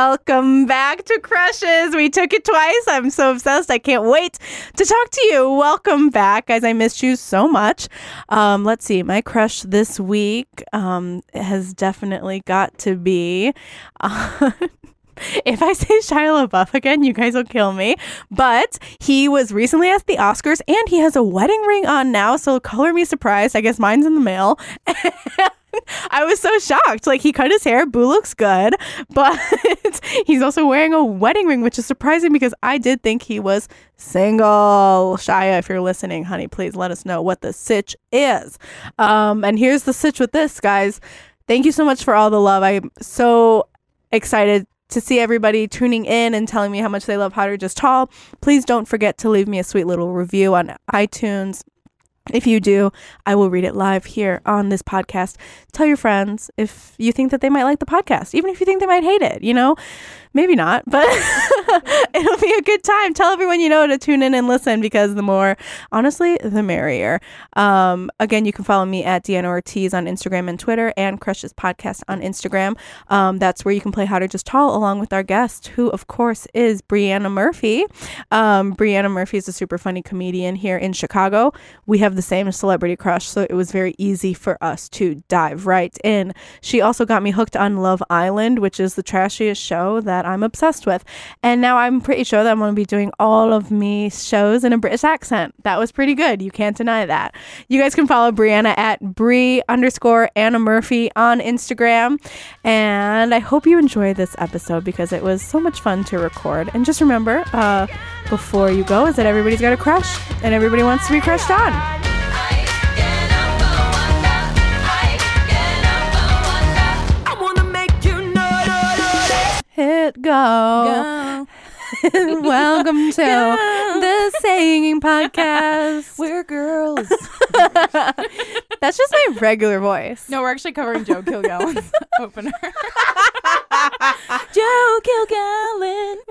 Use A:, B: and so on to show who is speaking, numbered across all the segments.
A: Welcome back to Crushes. We took it twice. I'm so obsessed. I can't wait to talk to you. Welcome back, guys. I missed you so much. Um, let's see. My crush this week um, has definitely got to be. Uh, If I say Shia LaBeouf again, you guys will kill me. But he was recently at the Oscars and he has a wedding ring on now. So color me surprised. I guess mine's in the mail. I was so shocked. Like he cut his hair. Boo looks good, but he's also wearing a wedding ring, which is surprising because I did think he was single. Shia, if you're listening, honey, please let us know what the sitch is. Um, and here's the sitch with this, guys. Thank you so much for all the love. I'm so excited to see everybody tuning in and telling me how much they love Hotter Just Tall. Please don't forget to leave me a sweet little review on iTunes. If you do, I will read it live here on this podcast. Tell your friends if you think that they might like the podcast, even if you think they might hate it, you know? Maybe not, but it'll be a good time. Tell everyone you know to tune in and listen because the more, honestly, the merrier. Um, again, you can follow me at Deanna Ortiz on Instagram and Twitter and Crushes Podcast on Instagram. Um, that's where you can play Hotter Just Tall along with our guest, who, of course, is Brianna Murphy. Um, Brianna Murphy is a super funny comedian here in Chicago. We have the same celebrity crush, so it was very easy for us to dive right in. She also got me hooked on Love Island, which is the trashiest show that I'm obsessed with. And now I'm pretty sure that I'm going to be doing all of me shows in a British accent. That was pretty good. You can't deny that. You guys can follow Brianna at Brie underscore Anna Murphy on Instagram. And I hope you enjoyed this episode because it was so much fun to record. And just remember, uh, before you go, is that everybody's got a crush and everybody wants to be crushed on.
B: I wanna make you know.
A: Hit go.
C: Oh,
A: Welcome to the singing podcast.
C: We're girls.
A: That's just my regular voice.
C: no, we're actually covering Joe Kilgallen's opener.
A: Joe Kilgallen.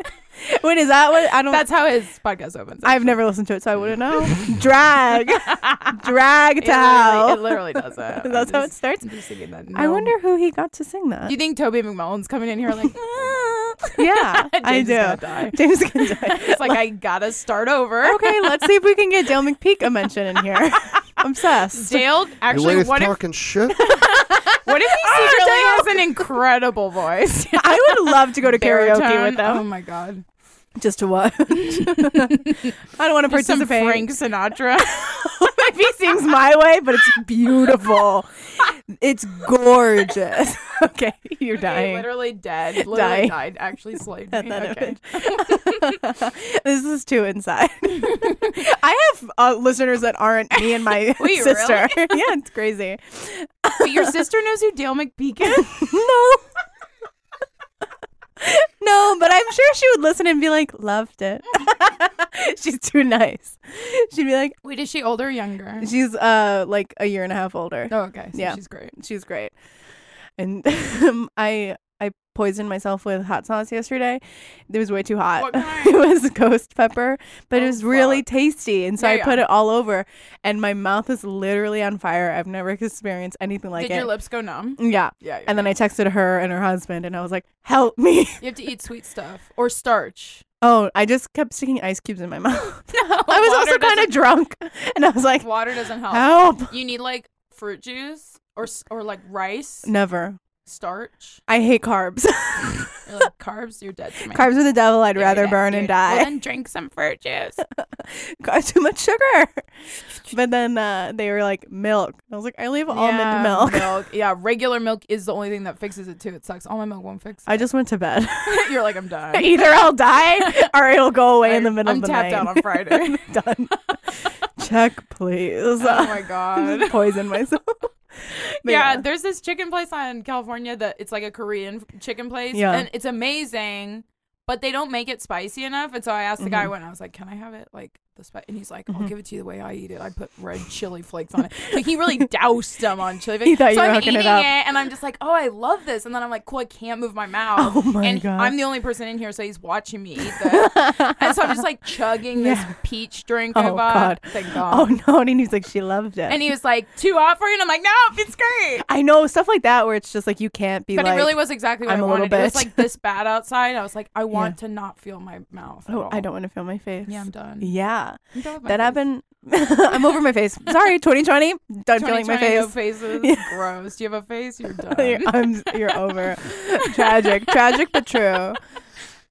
A: Wait, is that what I don't?
C: That's how his podcast opens.
A: I've never listened to it, so I wouldn't know. Drag, drag
C: it
A: to
C: literally, it
A: hell.
C: literally does that. I'm
A: That's how it
C: just-
A: starts?
C: I'm just singing that.
A: I
C: No.
A: wonder who he got to sing that.
C: Do you think Toby McMullen's coming in here like? "Ah."
A: yeah, I
C: James is gonna
A: do.
C: die.
A: James can die.
C: It's like I gotta start over.
A: okay, let's see if we can get Dale McPeak a mention in here. Obsessed.
C: Dale,
D: Your
C: actually,
D: lady's
C: what if
D: talking shit.
C: what if he
A: Oh,
C: secretly has an incredible voice?
A: I would love to go to karaoke
C: Baritone.
A: with them
C: Oh my god!
A: just to watch. I don't want to
C: Oh. Just some
A: participate.
C: Frank Sinatra.
A: if he sings my way, but it's beautiful. It's gorgeous. okay, you're
C: He
A: dying.
C: literally dead. Literally
A: Dying.
C: died. Actually slayed
A: Had
C: me.
A: that
C: Okay.
A: this is too inside. I have uh, listeners that aren't me and my
C: Wait,
A: sister. yeah, it's crazy.
C: But your sister knows who Dale McPeak is.
A: No. no, but I'm sure she would listen and be like, loved it. she's too nice. She'd be like,
C: Wait, is she older or younger?
A: she's uh like a year and a half older.
C: oh, okay. So
A: Yeah.
C: she's great.
A: She's great. And I I poisoned myself with hot sauce yesterday. It was way too hot.
C: What kind?
A: it was ghost pepper, but it
C: Oh,
A: was really
C: fuck.
A: tasty. And so
C: Yeah,
A: I
C: yeah.
A: put it all over and my mouth is literally on fire. I've never experienced anything like
C: Did
A: it. Mm,
C: your lips go numb?
A: yeah.
C: Yeah.
A: And then I texted her and her husband and I was like, "Help me."
C: you have to eat sweet stuff or starch.
A: Oh, I just kept sticking ice cubes in my mouth.
C: No,
A: I was also kind of drunk and I was like,
C: water doesn't help.
A: "Help."
C: You need like fruit juice or s- or like
A: Mm.
C: rice,
A: Never.
C: starch,
A: I hate carbs.
C: or, like carbs. You're dead to me.
A: carbs are the devil. I'd
C: Yeah, you're
A: rather
C: dead.
A: burn
C: You're-
A: and die.
C: Well, then drink some fruit juice.
A: got too much sugar. But then uh, they were like milk. I was like, I leave almond
C: Yeah,
A: milk.
C: Yeah, regular milk is the only thing that fixes it too. It sucks. Almond milk won't fix
A: I just went to bed.
C: it. You're like I'm done.
A: Either I'll die or it'll go away in the
C: I-
A: middle
C: I'm
A: of the
C: tapped
A: night.
C: out on Friday.
A: Done. Check, please.
C: oh my
A: I
C: god.
A: just poisoned myself. But
C: yeah, there's this chicken place on California that it's like a Korean f- chicken place,
A: Yeah.
C: and
A: Mm-hmm.
C: it's amazing, but they don't make it spicy enough. And so I asked the guy when I was like, "Can I have it like the spice. And he's like, I'll give it to you the way I eat it. I put red chili flakes on it. Like he really doused them on chili flakes.
A: He thought you
C: so
A: were
C: I'm
A: hooking it
C: eating
A: up.
C: and I'm just like, oh, I love this. And then I'm like, cool, I can't move my mouth.
A: Oh my
C: and
A: God.
C: I'm the only person in here, so he's watching me eat this. and so I'm just like chugging
A: Yeah.
C: this peach drink I
A: Oh
C: bought.
A: God.
C: Thank God.
A: Oh no. And he's like, she loved it.
C: And he was like, too hot for you? And I'm like, no, it's great.
A: I know stuff like that where it's just like you can't be
C: But
A: like.
C: it really was exactly what
A: I'm
C: I
A: a little
C: wanted. It was
A: bitch.
C: like this bad outside. I was like, I want to not feel my mouth. at
A: Oh, I
C: all.
A: don't want to feel my face.
C: Yeah, I'm done.
A: Yeah.
C: I'm done with my
A: That
C: face.
A: happened. I'm over my face. Sorry, 2020. Done feeling my
C: 2020,
A: face.
C: No faces. Gross. Do you have a face? You're
A: You're-
C: done.
A: I'm, you're over. Tragic, tragic but true.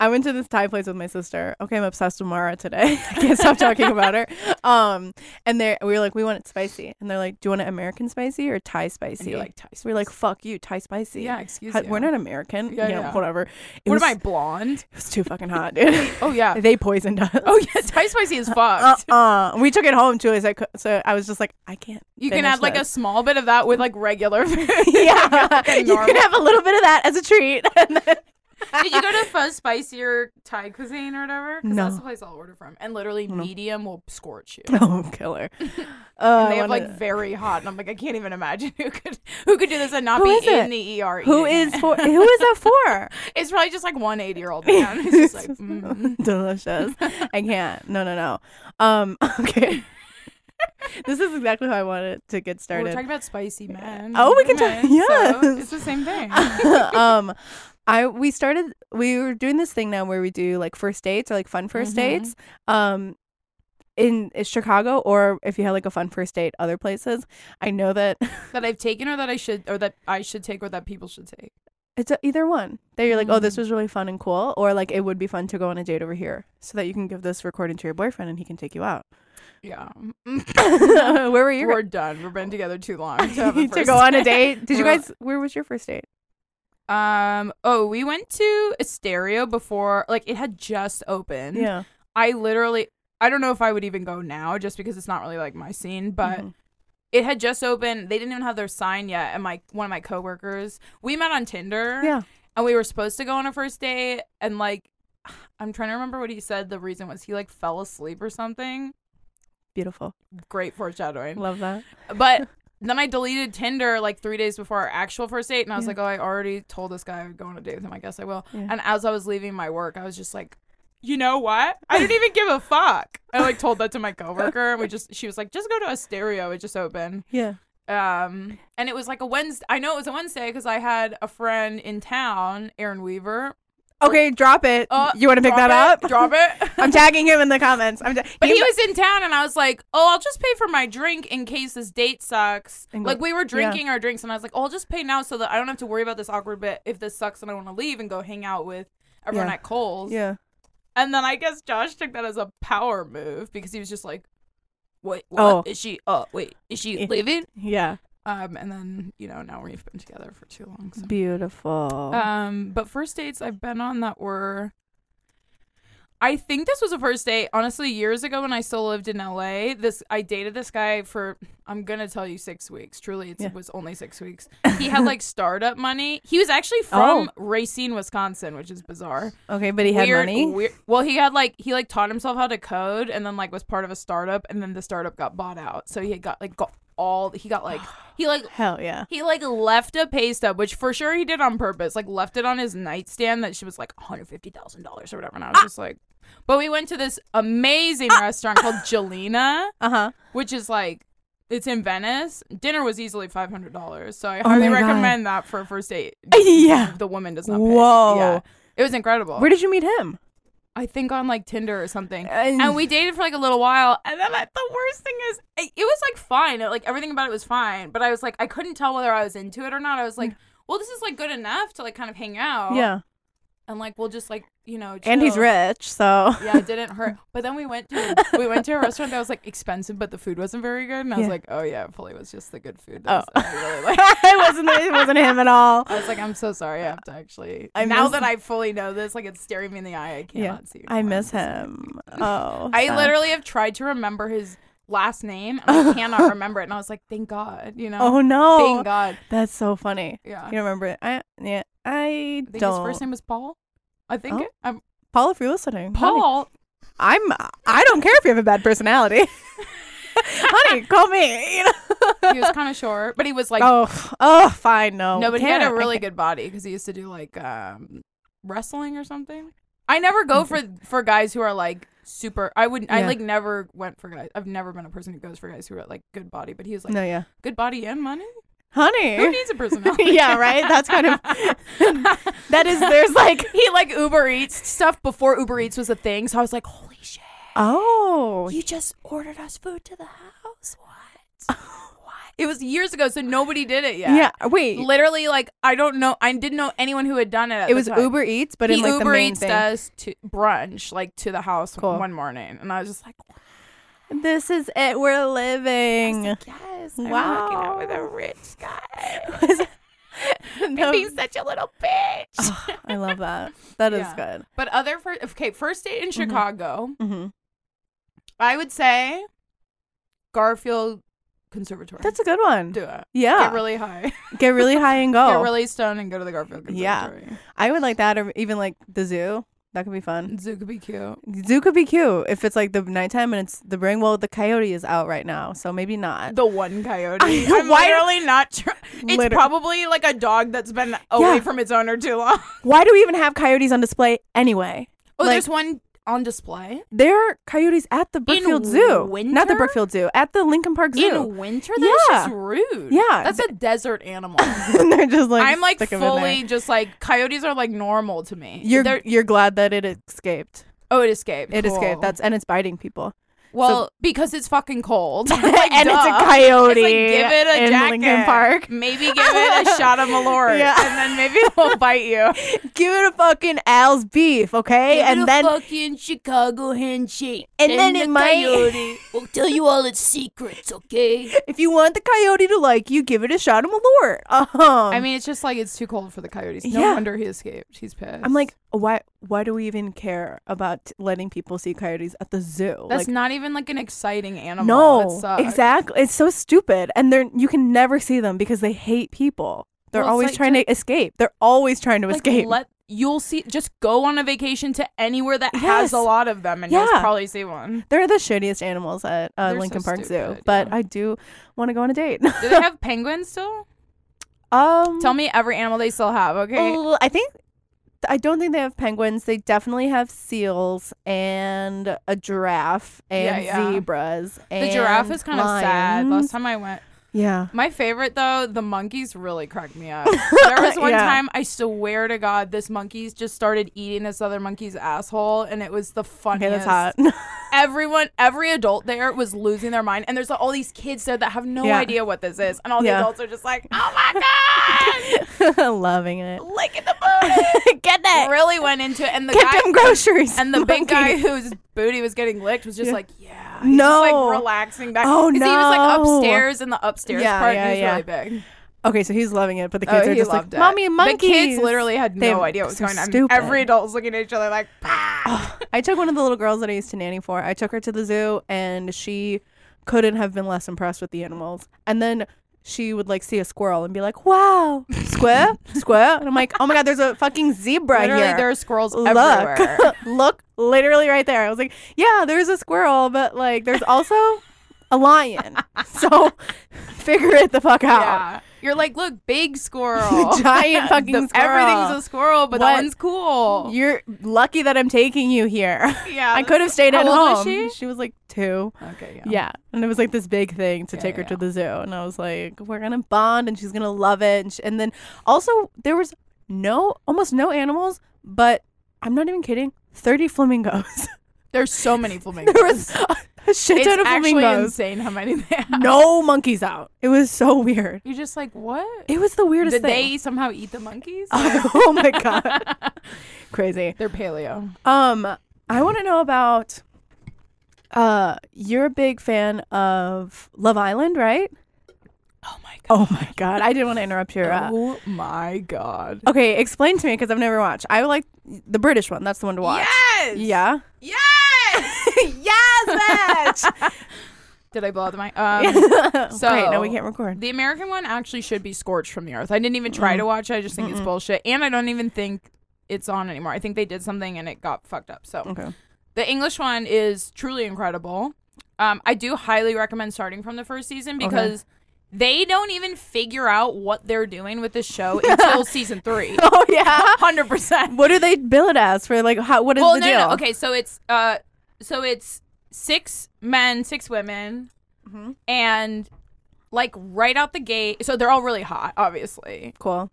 A: I went to this Thai place with my sister. Okay, I'm obsessed with Mara today. I can't stop talking about her. Um, and they we were like, we want it spicy, and they're like, do you want it American spicy or Thai
C: And
A: spicy?
C: you like Thai
A: So we're like, fuck you, Thai spicy.
C: Yeah, excuse
A: How-
C: you.
A: We're not American.
C: Yeah,
A: you know,
C: yeah.
A: Whatever. It
C: What
A: was,
C: am I blonde?
A: It was too fucking hot, dude.
C: Oh yeah.
A: they poisoned us.
C: Oh yeah. Thai spicy is
A: Uh,
C: fucked.
A: uh. We took it home too. So I, cou- so I was just like, I can't.
C: you can
A: finish
C: add like
A: this
C: a small bit of that with like regular food.
A: yeah,
C: a
A: you could
C: normal-
A: have a little bit of that as a treat. And then-
C: Did you go to Fuzz Spicy or Thai cuisine or whatever? 'Cause
A: No.
C: that's the place I'll order from. And literally medium will scorch you.
A: oh, killer! Uh,
C: And
A: I
C: they have like
A: wanna-
C: very hot, and I'm like, I can't even imagine who could who could do this and not
A: Who
C: be
A: is it?
C: in the ER.
A: who
C: eating
A: is
C: it.
A: for? Who is that for?
C: It's probably just like one 80 year old man who's just like, mm.
A: Delicious. I can't. No, no, no. Um, okay. this is exactly how I wanted to get
C: We're
A: started.
C: talking about spicy men.
A: Oh, we can
C: and
A: talk-
C: women,
A: yes.
C: so it's the same thing.
A: um, I we started. We were doing this thing now where we do like first dates or like fun 1st
C: Mhm.
A: dates. Um. In uh, Chicago, or if you had like a fun first date, other places. I know that
C: that I've taken, or that I should, or that I should take, or that people should take.
A: It's a, either one. That you're like, oh, this
C: Mm.
A: was really fun and cool, or like it would be fun to go on a date over here, so that you can give this recording to your boyfriend and he can take you out.
C: Yeah,
A: where were you?
C: we're done. We've been together too long to, have a
A: to
C: first
A: go on a
C: date.
A: date? Did you
C: We're-
A: guys? Where was your first date?
C: Um. Oh, we went to a stereo before. Like it had just opened.
A: Yeah.
C: I literally. I don't know if I would even go now, just because it's not really like my scene. But
A: Mm-hmm.
C: it had just opened. They didn't even have their sign yet. And my one of my coworkers, we met on Tinder.
A: Yeah.
C: and we were supposed to go on a first date and like i'm trying to remember what he said the reason was he like fell asleep or something
A: beautiful.
C: great foreshadowing
A: Love that.
C: but then i deleted tinder like three days before our actual first date and i was
A: Yeah.
C: like oh i already told this guy i would go on a date with him i guess i will
A: Yeah.
C: and as i was leaving my work i was just like you know what? I didn't even give a fuck. I like told that to my coworker, and we just she was like, "Just go to a stereo. It just opened."
A: Yeah.
C: um and it was like a wednesday i know it was a wednesday because i had a friend in town aaron weaver
A: Okay, drop it.
C: Uh,
A: you want to pick
C: drop
A: that
C: it,
A: up?
C: drop it
A: I'm tagging him in the comments. I'm. Ta-
C: but
A: you-
C: he was in town and i was like oh i'll just pay for my drink in case this date sucks
A: And go-
C: like we were drinking our drinks and i was like oh, i'll just pay now so that i don't have to worry about this awkward bit if this sucks and i want to leave and go hang out with everyone
A: Yeah.
C: at cole's
A: Yeah.
C: and then i guess josh took that as a power move because he was just like wait what is
A: Oh.
C: she oh wait is she
A: Eh.
C: leaving
A: Yeah.
C: um and then you know now we've been together for too long so
A: Beautiful.
C: Um, but first dates I've been on that were. I think this was a first date. Honestly, years ago when I still lived in LA, this I dated this guy for I'm gonna tell you six weeks. Truly, it's,
A: Yeah.
C: it was only six weeks. He had like startup money. He was actually from Racine, Wisconsin, which is bizarre.
A: okay, but Oh. he had
C: Weird-
A: money.
C: weird- well, he had like he like taught himself how to code, and then like was part of a startup, and then the startup got bought out. So he had got like got all he got like he like
A: Hell yeah.
C: he like left a pay stub, which for sure he did on purpose. Like left it on his nightstand that she was like one hundred fifty thousand dollars or whatever, and I
A: Ah.
C: was just like. But we went to this amazing restaurant called Jelena,
A: Uh huh.
C: which is like it's in Venice. Dinner was easily five hundred dollars, so I
A: Oh
C: highly
A: my God.
C: recommend that for a first date.
A: Yeah.
C: the woman does not. Pay.
A: Whoa.
C: yeah. it was incredible.
A: Where did you meet him?
C: I think on like Tinder or something.
A: And-
C: And, we dated for like a little while. And then like, the worst thing is, it, it was like fine. It, like everything about it was fine. But I was like, I couldn't tell whether I was into it or not. I was like, well, this is like good enough to like kind of hang out.
A: Mm. Yeah.
C: And like, we'll just like, you know.
A: And he's
C: chill.
A: rich, so.
C: Yeah, it didn't hurt. But then we went to we went to a restaurant that was like expensive, but the food wasn't very good. And I was
A: Yeah.
C: like, oh yeah, it probably was just the good food.
A: Oh.
C: That was- I really liked.
A: it wasn't. It wasn't him at all.
C: I was like, I'm so sorry. I have to actually.
A: I
C: now
A: miss-
C: that I fully know this, like it's staring me in the eye. I cannot see.
A: I
C: anymore.
A: miss him. Oh,
C: I
A: sad.
C: literally have tried to remember his last name and I cannot remember it. And I was like, thank God, you know?
A: Oh no,
C: Thank God.
A: that's so funny.
C: Yeah.
A: You remember it? I yeah. I
C: I think
A: don't.
C: his first name was Paul. I think
A: Oh.
C: it, um,
A: Paul, if you're listening, honey.
C: Paul.
A: I'm I don't care if you have a bad personality. Honey, call me. You know?
C: He was kind of short, but he was like
A: Oh, oh, fine. No,
C: no, but he had
A: can't.
C: a really good body because he used to do like um, wrestling or something. I never go for for guys who are like super. I would. not I
A: Yeah.
C: like never went for guys. I've never been a person who goes for guys who are like good body. But he was like
A: No, yeah,
C: good body and money. Who
A: honey.
C: needs a personality?
A: yeah, right. That's kind of that is. There's like
C: he like Uber Eats stuff before Uber Eats was a thing. So I was like, holy shit!
A: oh,
C: You just ordered us food to the house. What? what? It was years ago, so nobody did it yet.
A: yeah. Wait,
C: Literally, like I don't know. I didn't know anyone who had done it. At
A: it
C: the
A: was
C: time.
A: Uber Eats, but in
C: he
A: like the
C: Uber
A: main
C: Eats
A: thing.
C: does to brunch like to the house
A: Cool.
C: one morning, and I was just like,
A: This is it. We're living.
C: yes,
A: I'm
C: I'm
A: Wow.
C: hooking out with a rich guy.
A: No,
C: Being such a little bitch.
A: I love that. That is
C: Yeah. But other first, okay, first date in
A: Mm-hmm.
C: Chicago,
A: good. hmm
C: I would say Garfield Conservatory.
A: That's a Ah. good one.
C: do it.
A: yeah,
C: Get really high.
A: Get really high and go.
C: Get really stoned and go to the Garfield
A: Yeah.
C: Conservatory.
A: I would like that, or even like the zoo. That could be fun.
C: Zoo could be cute.
A: Zoo could be cute if it's like the nighttime and it's the rain. Well, the coyote is out right now, so maybe not.
C: The one coyote.
A: I-
C: I'm
A: why-
C: literally not. Tr- it's
A: Liter-
C: probably like a dog that's been away
A: Yeah.
C: from its owner too long.
A: Why do we even have coyotes on display anyway?
C: Oh,
A: Like-
C: there's one on display
A: There are coyotes at the Brookfield Zoo. Not the
C: winter?
A: Brookfield Zoo, at the Lincoln Park Zoo.
C: in winter. That's
A: Yeah.
C: just rude.
A: Yeah.
C: that's a desert animal.
A: and they're just like
C: I'm like
A: stick 'em in there.
C: fully just like coyotes are like normal to me.
A: You're
C: They're-
A: you're glad that it escaped.
C: oh, it escaped.
A: It
C: Cool.
A: escaped. That's and it's biting people.
C: well because it's fucking cold Like,
A: and it's
C: duh.
A: a coyote.
C: It's like, give it a
A: in
C: jacket.
A: Lincoln Park.
C: Maybe give it a shot of Malort,
A: Yeah.
C: and then maybe it will bite you.
A: Give it a fucking Al's beef, okay? and then
D: fucking Chicago handshake.
A: And then it
D: the
A: might-
D: coyote will tell you all its secrets, okay?
A: if you want the coyote to like you, give it a shot of Malort. Um,
C: I mean, it's just like it's too cold for the coyotes. No
A: Yeah.
C: wonder he escaped. He's pissed.
A: I'm like, why? Why do we even care about letting people see coyotes at the zoo?
C: that's
A: like,
C: not even like an exciting animal.
A: no,
C: it sucks.
A: exactly. It's so stupid, and they're you can never see them because they hate people. They're
C: Well, it's
A: always
C: like
A: trying to escape. They're always trying to
C: Like,
A: escape.
C: Let you'll see. Just go on a vacation to anywhere that
A: Yes.
C: has a lot of them, and
A: Yeah.
C: you'll probably see one.
A: They're the shittiest animals at uh,
C: They're so
A: Lincoln Park Zoo,
C: stupid,
A: but
C: yeah.
A: I do want to go on a date.
C: Do they have penguins still?
A: um,
C: Tell me every animal they still have. Okay.
A: oh, I think I don't think they have penguins. They definitely have seals and a giraffe and
C: Yeah, yeah.
A: zebras.
C: the giraffe
A: and
C: is kind of sad.
A: lions.
C: Last time I went,
A: yeah,
C: my favorite though, the monkeys really cracked me up. There was one
A: Yeah.
C: time I swear to God, this monkey's just started eating this other monkey's asshole, and it was the
A: okay,
C: funniest.
A: that's hot.
C: everyone, every adult there was losing their mind, and there's all these kids there that have no
A: Yeah.
C: idea what this is, and all the
A: Yeah.
C: adults are just like, "Oh my god,
A: Loving it.
C: look at the booty!"
A: Get that.
C: Eh, really went into it, and the
A: Get
C: guy
A: them groceries.
C: and the big
A: monkey.
C: guy whose booty was getting licked was just like, yeah, He's just,
A: No.
C: like relaxing back.
A: Oh,
C: 'Cause He was like
A: no.
C: upstairs in the upstairs
A: Yeah,
C: part.
A: yeah,
C: and he was
A: yeah.
C: really big.
A: Okay, so he's loving it, but the kids
C: oh,
A: are
C: he
A: just
C: loved
A: like,
C: it.
A: "Mommy, monkeys!"
C: The kids literally had
A: They-
C: no idea what was
A: they're
C: going
A: stupid.
C: on. Every adult was looking at each other like, "Bah."
A: I took one of the little girls that I used to nanny for. I took her to the zoo, and she couldn't have been less impressed with the animals. And then she would like see a squirrel and be like, "Wow, squirrel, squirrel!" And I'm like, "Oh my god, there's a fucking zebra
C: literally
A: here."
C: there are squirrels everywhere.
A: look, look, literally right there. I was like, "Yeah, there's a squirrel, but like, there's also a lion." So figure it the fuck out.
C: Yeah. You're like, look, big squirrel.
A: Giant fucking
C: The-
A: squirrel.
C: Everything's a squirrel, but
A: What?
C: that one's cool.
A: You're lucky that I'm taking you here.
C: yeah.
A: I
C: that's-
A: could have stayed
C: How
A: at
C: old
A: home.
C: was she?
A: was like two.
C: Okay,
A: Yeah. And it was like this big thing to
C: Yeah,
A: take her
C: yeah,
A: to the zoo. And I was like, we're going to bond and she's going to love it. And, sh- and then also, there was no, almost no animals, but I'm not even kidding, 30 flamingos.
C: There's so many flamingos.
A: there was a, a shit
C: it's
A: ton of
C: actually
A: flamingos.
C: insane how many they have.
A: No monkeys out. It was so weird.
C: You're just like, what?
A: It was the weirdest
C: Did
A: thing.
C: they somehow eat the monkeys?
A: oh my God. Crazy.
C: They're paleo.
A: Um, I want to know about. Uh, you're a big fan of Love Island, right?
C: Oh my god.
A: Oh my god, I didn't want to interrupt your. Uh,
C: Oh my god.
A: okay, explain to me because I've never watched. I like the British one. That's the one to Oh, watch.
C: Yes.
A: Yeah.
C: Yes.
A: yes,
C: Did I blow out the mic? Um,
A: so Great. No, we
C: So-
A: can't record.
C: the American one actually should be scorched from the earth. I didn't even try to watch it. I just think it's bullshit, and I don't even think it's on anymore. I think they did something and it got fucked up. So
A: Okay.
C: The English one is truly incredible. Um, I do highly recommend starting from the first season because they don't even figure out what they're doing with the show until season three.
A: Oh yeah.
C: Hundred percent.
A: What do they bill it as for? Like, how? What is
C: Well,
A: the
C: no,
A: deal?
C: no, okay. So it's uh, so it's six men, six women,
A: Mhm.
C: and like right out the gate. So they're all really hot, obviously,
A: Cool.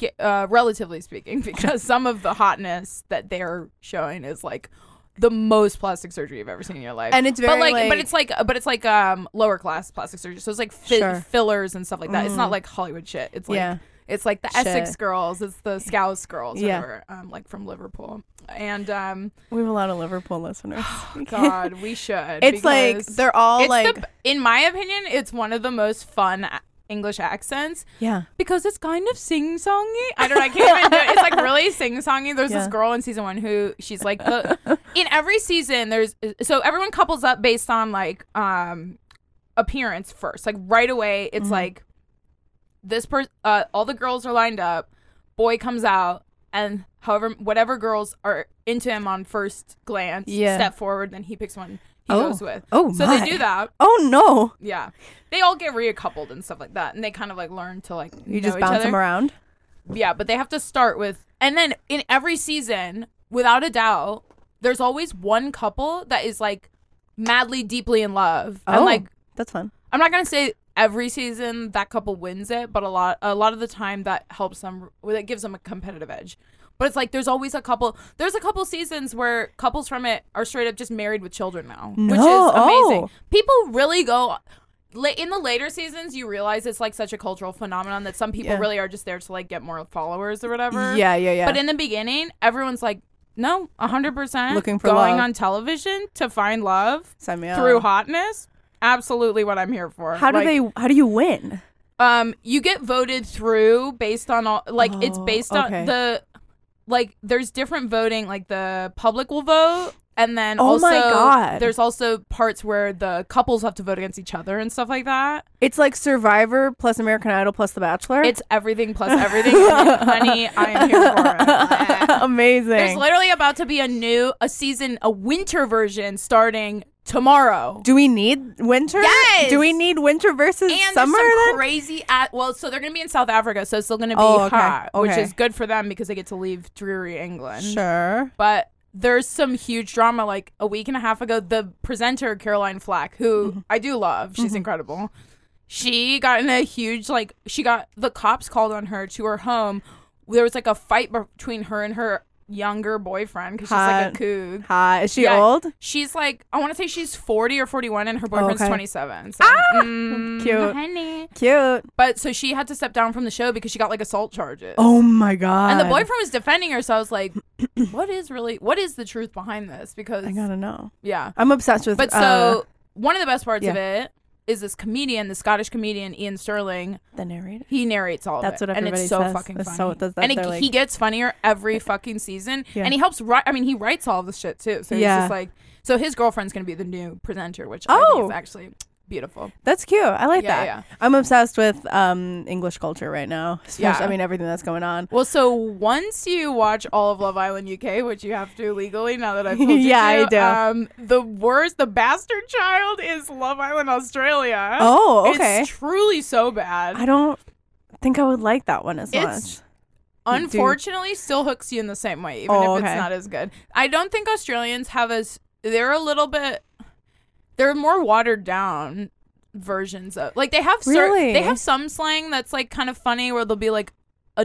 C: ge- uh, relatively speaking, because some of the hotness that they're showing is like the most plastic surgery you've ever seen in your life.
A: And it's very,
C: but like,
A: like-
C: but it's like, but it's like um lower class plastic surgery. So it's like fi-
A: Sure. Mm.
C: fillers and stuff like that. It's not like Hollywood shit. It's like
A: Yeah.
C: it's like the
A: Shit.
C: Essex girls. It's the Scouse girls.
A: Yeah.
C: Whatever, um, like from Liverpool. And um,
A: We have a lot of Liverpool listeners.
C: Oh, God, we should.
A: it's like
C: because
A: they're all
C: it's
A: like,
C: the, in my opinion, it's one of the most fun a- English accents
A: yeah.
C: because it's kind of sing songy. I don't know. I can't even do it. It's like really sing songy. There's
A: Yeah.
C: this girl in season one who she's like the in every season there's so everyone couples up based on like um appearance first. Like right away,
A: Mm-hmm.
C: it's like this person uh, all the girls are lined up, boy comes out, and however whatever girls are into him on first glance
A: Yeah.
C: step forward, then he picks one he
A: Oh.
C: goes with.
A: Oh,
C: so
A: my.
C: they do that.
A: Oh no.
C: Yeah, they all get recoupled and stuff like that, and they kind of like learn to like
A: You just
C: know each
A: bounce
C: other.
A: them around.
C: Yeah, but they have to start with, and then in every season, without a doubt, there's always one couple that is like madly, deeply in love,
A: oh,
C: and like
A: that's fun.
C: I'm not gonna say every season that couple wins it, but a lot, a lot of the time that helps them, well, that gives them a competitive edge. But it's like there's always a couple. There's a couple seasons where couples from it are straight up just married with children now, which is
A: No,
C: amazing.
A: oh.
C: People really go. la- In the later seasons, you realize it's like such a cultural phenomenon that some people
A: Yeah.
C: really are just there to like get more followers or whatever.
A: Yeah, yeah, yeah.
C: But in the beginning, everyone's like, no, 100%
A: Looking for
C: going
A: love.
C: on television to find love
A: Sign me up.
C: through hotness absolutely what i'm here for
A: How do
C: Like,
A: they? How do you win?
C: um you get voted through based on all like it's
A: Oh,
C: based on
A: okay.
C: the like there's different voting like the public will vote and then
A: Oh
C: also
A: my God.
C: there's also parts where the couples have to vote against each other and stuff like that
A: It's like Survivor plus American Idol plus The Bachelor.
C: it's everything plus everything honey i am here for it
A: amazing.
C: there's literally about to be a new a season a winter version starting tomorrow
A: do we need winter?
C: Yes!
A: Do we need winter versus
C: and
A: summer?
C: there's some
A: Then?
C: crazy at well so they're gonna be in south africa so it's still gonna be
A: Oh, okay.
C: hot which
A: Okay.
C: is good for them because they get to leave dreary england
A: sure.
C: but there's some huge drama like a week and a half ago the presenter caroline flack who
A: Mm-hmm.
C: i do love she's incredible she got in a huge like she got the cops called on her to her home there was like a fight be- between her and her younger boyfriend because she's like
A: Hot.
C: a coog
A: Hi. Is she
C: Yeah.
A: old?
C: She's like, I want to say she's 40 or 41 and her boyfriend's
A: okay. Ah!
C: 27. So, mm,
A: Cute.
C: Honey.
A: Cute.
C: But so she had to step down from the show because she got like assault charges.
A: Oh my god.
C: And the boyfriend was defending her, so I was like, "What is really? What is the truth behind this?" Because
A: I gotta know.
C: yeah,
A: I'm obsessed with.
C: but
A: uh,
C: so one of the best parts of it is this comedian, the Scottish comedian Ian Sterling.
A: the narrator.
C: He narrates all
A: That's
C: of it,
A: what
C: and it's
A: everybody
C: so
A: says.
C: fucking
A: That's
C: funny.
A: so- that's-
C: and
A: they're
C: it,
A: like-
C: he gets funnier every fucking season,
A: Yeah.
C: and he helps write. I mean, he writes all this shit too. So he's
A: Yeah.
C: just like, so his girlfriend's gonna be the new presenter, which I
A: Oh.
C: think is actually beautiful.
A: That's cute. I like
C: Yeah,
A: that.
C: yeah.
A: I'm obsessed with um, English culture right now. Especially,
C: Yeah.
A: I mean, everything that's going on.
C: Well, so once you watch all of Love Island UK, which you have to legally now that I've told you
A: Yeah, I
C: to,
A: do.
C: Um, the worst, the bastard child is Love Island Australia.
A: Oh, okay.
C: It's truly so bad.
A: I don't think I would like that one as
C: It's-
A: much.
C: Unfortunately, still hooks you in the same way, even
A: Oh,
C: if it's
A: okay.
C: not as good. I don't think Australians have as they're a little bit they're more watered down versions of like they have cer-
A: Really?
C: they have some slang that's like kind of funny where they'll be like a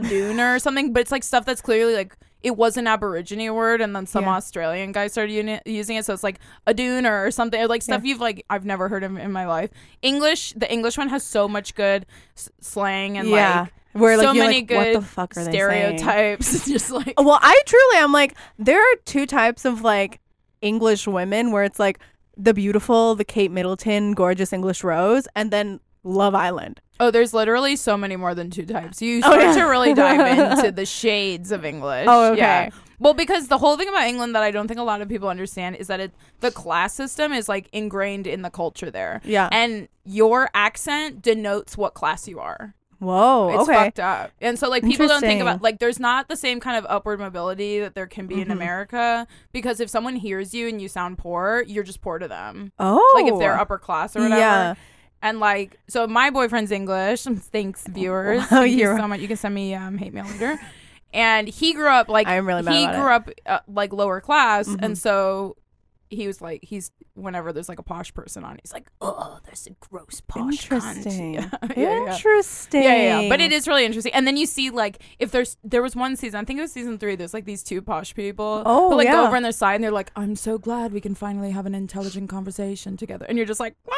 C: dooner or something, but it's like stuff that's clearly like it was an Aborigine word, and then some
A: Yeah.
C: Australian guy started uni- using it, so it's like a dooner or something, or like stuff you've like I've never heard of in my life. English, the English one has so much good s- slang and
A: yeah.
C: like
A: Where like
C: so
A: you're
C: many
A: like,
C: good
A: what the fuck are they saying? Oh.
C: stereotypes. It's just like
A: Well, I truly am like there are two types of like English women where it's like the beautiful, the Kate Middleton, gorgeous English rose, and then Love Island.
C: oh, there's literally so many more than two types. You
A: Oh,
C: start
A: yeah.
C: to really dive into the shades of English.
A: Oh, okay.
C: Yeah. Well, because the whole thing about England that I don't think a lot of people understand is that it the class system is like ingrained in the culture there.
A: Yeah.
C: And your accent denotes what class you are.
A: Whoa.
C: It's
A: Oh, okay.
C: fucked up. And so like people don't think
A: Interesting.
C: about like there's not the same kind of upward mobility that there can be in
A: Mhm.
C: America because if someone hears you and you sound poor, you're just poor to them.
A: Oh.
C: Like if they're upper class or whatever.
A: Yeah.
C: And like so my boyfriend's English. Thanks viewers.
A: Wow,
C: Thank you
A: you're-
C: so much. You can send me um, hate mail later. And he grew up like
A: I'm really mad
C: he
A: about it.
C: grew up uh, like lower class
A: Mhm.
C: and so he was like he's whenever there's like a posh person on he's like
D: Oh, there's a gross posh cunt.
A: Interesting.
C: yeah, yeah.
A: Interesting.
C: Yeah, yeah, yeah. But it is really interesting. And then you see like if there's there was one season, I think it was season three. There's like these two posh people.
A: Oh,
C: who, like go
A: yeah.
C: over on their side and they're like, "I'm so glad we can finally have an intelligent conversation together." And you're just like, "Why?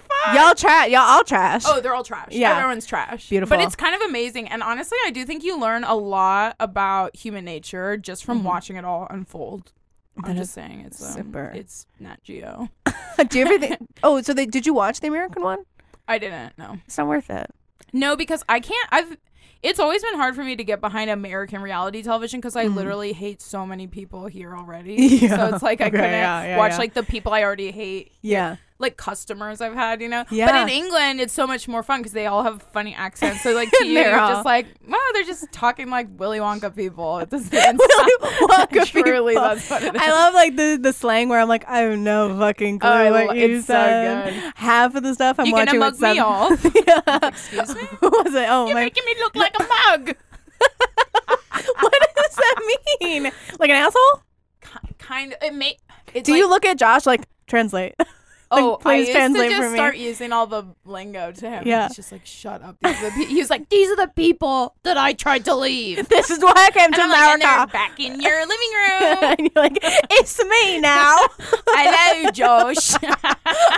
C: Fuck!"
A: Y'all trash. Y'all all trash.
C: Oh, they're all trash.
A: Yeah.
C: everyone's trash.
A: Beautiful.
C: But it's kind of amazing. And honestly, I do think you learn a lot about human nature just from watching it all unfold. I'm
A: Mm-hmm. That
C: just
A: is
C: saying, it's um,
A: super.
C: It's not Geo.
A: Do you ever think? Oh, so they did you watch the American one?
C: I didn't know.
A: It's not worth it.
C: No, because I can't. I've. It's always been hard for me to get behind American reality television because I literally hate so many people here already.
A: Mm. Yeah.
C: So it's like I
A: Okay,
C: couldn't
A: yeah, yeah,
C: watch
A: yeah.
C: like the people I already hate,
A: Yeah.
C: like customers I've had, you know.
A: Yeah.
C: But in England, it's so much more fun because they all have funny accents. So like to you,
A: They're
C: you're
A: all-
C: just like, oh, they're just talking like Willy Wonka people at this. Willy
A: Wonka
C: Truly,
A: people.
C: that's what it is.
A: I love like the the slang where I'm like, I have no fucking clue
C: Oh, I
A: what
C: lo-
A: you
C: it's so
A: said.
C: good.
A: Half of the stuff I'm
C: You're gonna
A: watching
C: mug
A: with
C: me
A: some-
C: off?
A: yeah.
C: Excuse me?
A: What was it? Oh
C: You're
A: my!
C: making me look like a mug.
A: What does that mean? Like an asshole?
C: Ki- Kind of. It may. It's
A: Do
C: like-
A: you look at Josh like translate?
C: Oh,
A: Like, please
C: I used
A: translate
C: to just
A: for me.
C: start using all the lingo to him.
A: Yeah.
C: He's just like, shut up. These are the pe-" he was like, these are the people that I tried to leave.
A: this is why I came
C: And
A: to
C: I'm like, and they're
A: America.
C: back in your living room.
A: and you're like, it's me now.
C: Hello, Josh.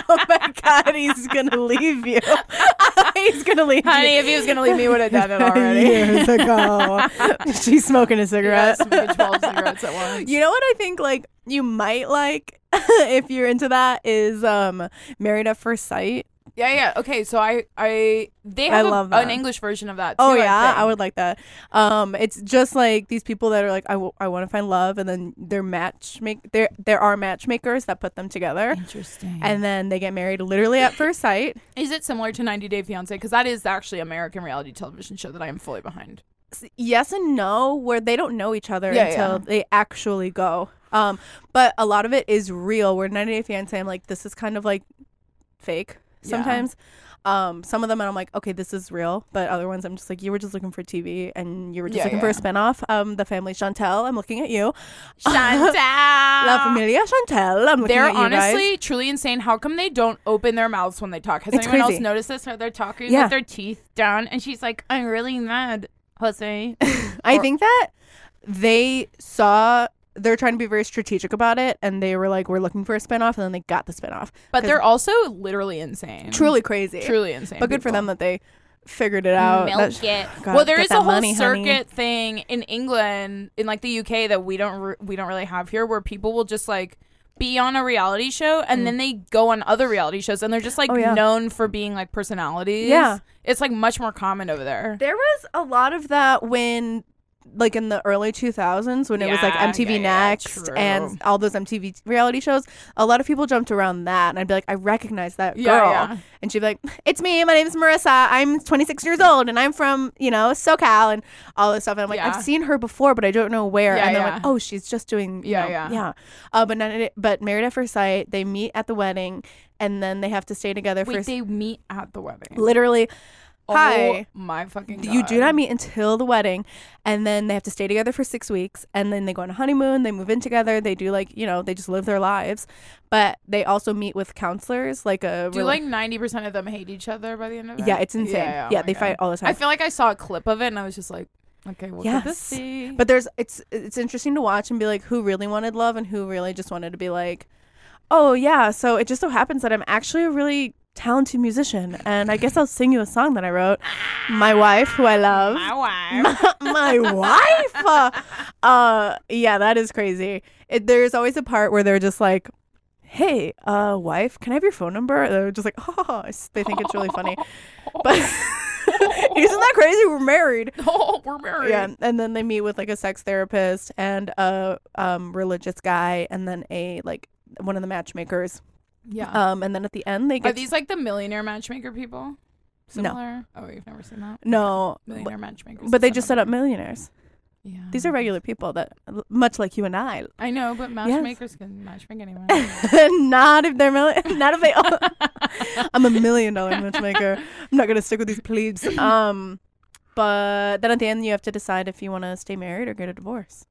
A: oh my god, he's gonna leave you. he's gonna leave
C: Honey,
A: you.
C: if he was going to leave me, would have done it already.
A: Years ago, she's smoking a
C: Yeah,
A: cigarette.
C: smoking 12 cigarettes at once.
A: You know what I think like you might like if you're into that is um Married at First Sight.
C: yeah, yeah. Okay, so I, I, they
A: I
C: have a-
A: love that.
C: an English version of that too.
A: Oh yeah,
C: think.
A: I, would like that. Um it's just like these people that are like I, w- I want to find love and then they're matchmake there there are matchmakers that put them together
C: Interesting. And
A: and then they get married literally at first sight.
C: is it similar to 90 Day Fiance? Because that is actually American reality television show that I am fully behind.
A: S- yes and no where they don't know each other
C: Yeah,
A: until
C: yeah.
A: they actually go. Um but a lot of it is real where 90 Day Fiancé I'm like this is kind of like fake
C: Yeah.
A: sometimes. Um, some of them and I'm like, okay, this is real. But other ones I'm just like, you were just looking for TV and you were just
C: Yeah,
A: looking for a
C: yeah.
A: spinoff. Um, the family Chantel, I'm looking at you.
C: Chantal.
A: La Familia Chantel, I'm looking
C: Ah, They're
A: at you
C: honestly
A: guys.
C: truly insane. How come they don't open their mouths when they talk? Has
A: It's
C: anyone
A: crazy.
C: else noticed this? Where they're talking
A: Yeah.
C: with their teeth down, and she's like, "I'm really mad, Jose."
A: I think that they saw they're trying to be very strategic about it and they were like, we're looking for a spinoff. And then they got the spinoff.
C: But
A: 'Cause-
C: they're also literally insane.
A: Truly crazy.
C: truly insane.
A: But good for
C: people.
A: them that they figured it out.
D: Milk
A: That-
D: it.
A: God,
C: well, there
A: get
C: is
A: that
C: a whole
A: money, honey.
C: circuit thing in England, in like the UK, that we don't re- we don't really have here, where people will just like be on a reality show and then they go on other reality shows, and they're just like
A: Mm. Oh, yeah.
C: known for being like personalities.
A: Yeah.
C: it's like much more common over there.
A: There was a lot of that when like in the early 2000s when it was like
C: Yeah,
A: MTV
C: yeah, yeah,
A: Next
C: true.
A: and all those MTV reality shows a lot of people jumped around that and I'd be like I recognize that
C: Yeah,
A: girl
C: yeah.
A: and she'd be like it's me my name's Marissa I'm 26 years old and I'm from you know SoCal and all this stuff and I'm like
C: Yeah.
A: I've seen her before but I don't know where
C: Yeah,
A: and then I'm
C: yeah.
A: like oh she's just doing you
C: Yeah,
A: know,
C: yeah.
A: yeah uh, but not, but Married at First Sight they meet at the wedding and then they have to stay together for
C: Wait,
A: s-
C: they meet at the wedding.
A: literally hi
C: Oh my fucking god.
A: you do not meet until the wedding and then they have to stay together for six weeks and then they go on a honeymoon they move in together they do like you know they just live their lives but they also meet with counselors like a
C: Do
A: rela-
C: like ninety percent of them hate each other by the end of it?
A: yeah it's insane yeah,
C: oh my
A: they
C: God.
A: fight all the time
C: I feel like I saw a clip of it and I was just like, okay, what could
A: Yes.
C: this be?
A: but there's it's it's interesting to watch and be like who really wanted love and who really just wanted to be like oh yeah so it just so happens that i'm actually a really talented musician and i guess i'll sing you a song that i wrote my wife who i love
C: wife.
A: my wife. Uh, uh, yeah, that is crazy. It, there's always a part where they're just like, "Hey, uh, wife, can I have your phone number?" And they're just like, "Oh," they think it's really funny. But isn't that crazy? We're married.
C: oh, we're married.
A: Yeah, and then they meet with like a sex therapist and a um, religious guy, and then a like one of the matchmakers.
C: Yeah.
A: Um, and then at the end they get
C: Are these like the millionaire matchmaker people? Similar? Oh, you've never seen that?
A: No,
C: Millionaire matchmakers.
A: but
C: is
A: they just set up
C: another
A: millionaires.
C: one. Yeah.
A: These are regular people that, much like you and I,
C: I know, but
A: Yes.
C: matchmakers can matchmake anyone.
A: not if they're million. Not if they. Own- I'm a million dollar matchmaker. I'm not gonna stick with these plebes. Um, but then at the end, you have to decide if you want to stay married or get a divorce.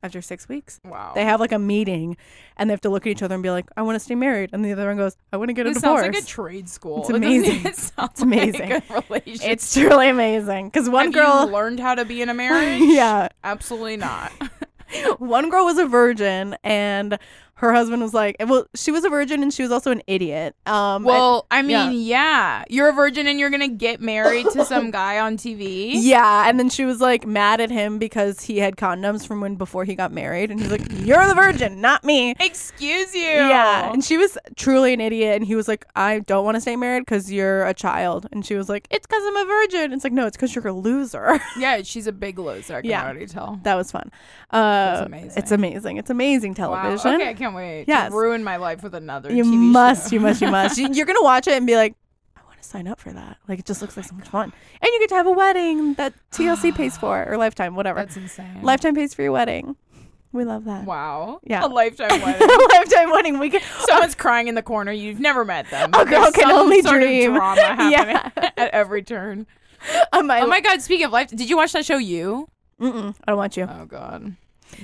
A: After six weeks,
C: wow.
A: they have like a meeting, and they have to look at each other and be like, "I want to stay married," and the other one goes, "I want to get a
C: this
A: divorce."
C: sounds like a trade school.
A: It's
C: It doesn't even
A: amazing.
C: sound
A: It's amazing.
C: Like a relationship.
A: it's truly amazing because one
C: Have you
A: girl,
C: learned how to be in a marriage?
A: yeah,
C: Absolutely not.
A: one girl was a virgin, and her husband was like, "Well, she was a virgin, and she was also an idiot." Um, and-
C: Well, I mean,
A: yeah.
C: yeah. You're a virgin and you're going to get married to some guy on TV.
A: Yeah, and then she was like mad at him because he had condoms from when before he got married, and he's like, "You're the virgin, not me."
C: Excuse you.
A: Yeah, and she was truly an idiot, and he was like, "I don't want to stay married because you're a child," and she was like, "It's because I'm a virgin." It's like, no, it's because you're a loser.
C: yeah, she's a big loser. I can
A: Yeah.
C: already tell.
A: that was fun. Uh,
C: amazing.
A: It's amazing. It's amazing
C: Wow.
A: television.
C: Okay, I can't wait. to
A: Yes.
C: ruin my life with another
A: You
C: TV
A: must,
C: show.
A: you must, you must. You- You're gonna watch it and be like, "I want to sign up for that." Like, it just looks like so much fun, and you get to have a wedding that TLC pays for or Lifetime, whatever.
C: That's insane.
A: Lifetime pays for your wedding. We love that.
C: Wow.
A: Yeah.
C: A lifetime wedding.
A: lifetime wedding. We can,
C: Someone's crying in the corner. You've never met them.
A: A girl
C: There's
A: can
C: some
A: only
C: sort
A: dream.
C: Of drama happening
A: Yeah.
C: at every turn.
A: on my,
C: Oh my God! Speaking of life, did you watch that show? You?
A: mm-mm, I don't want you.
C: Oh God.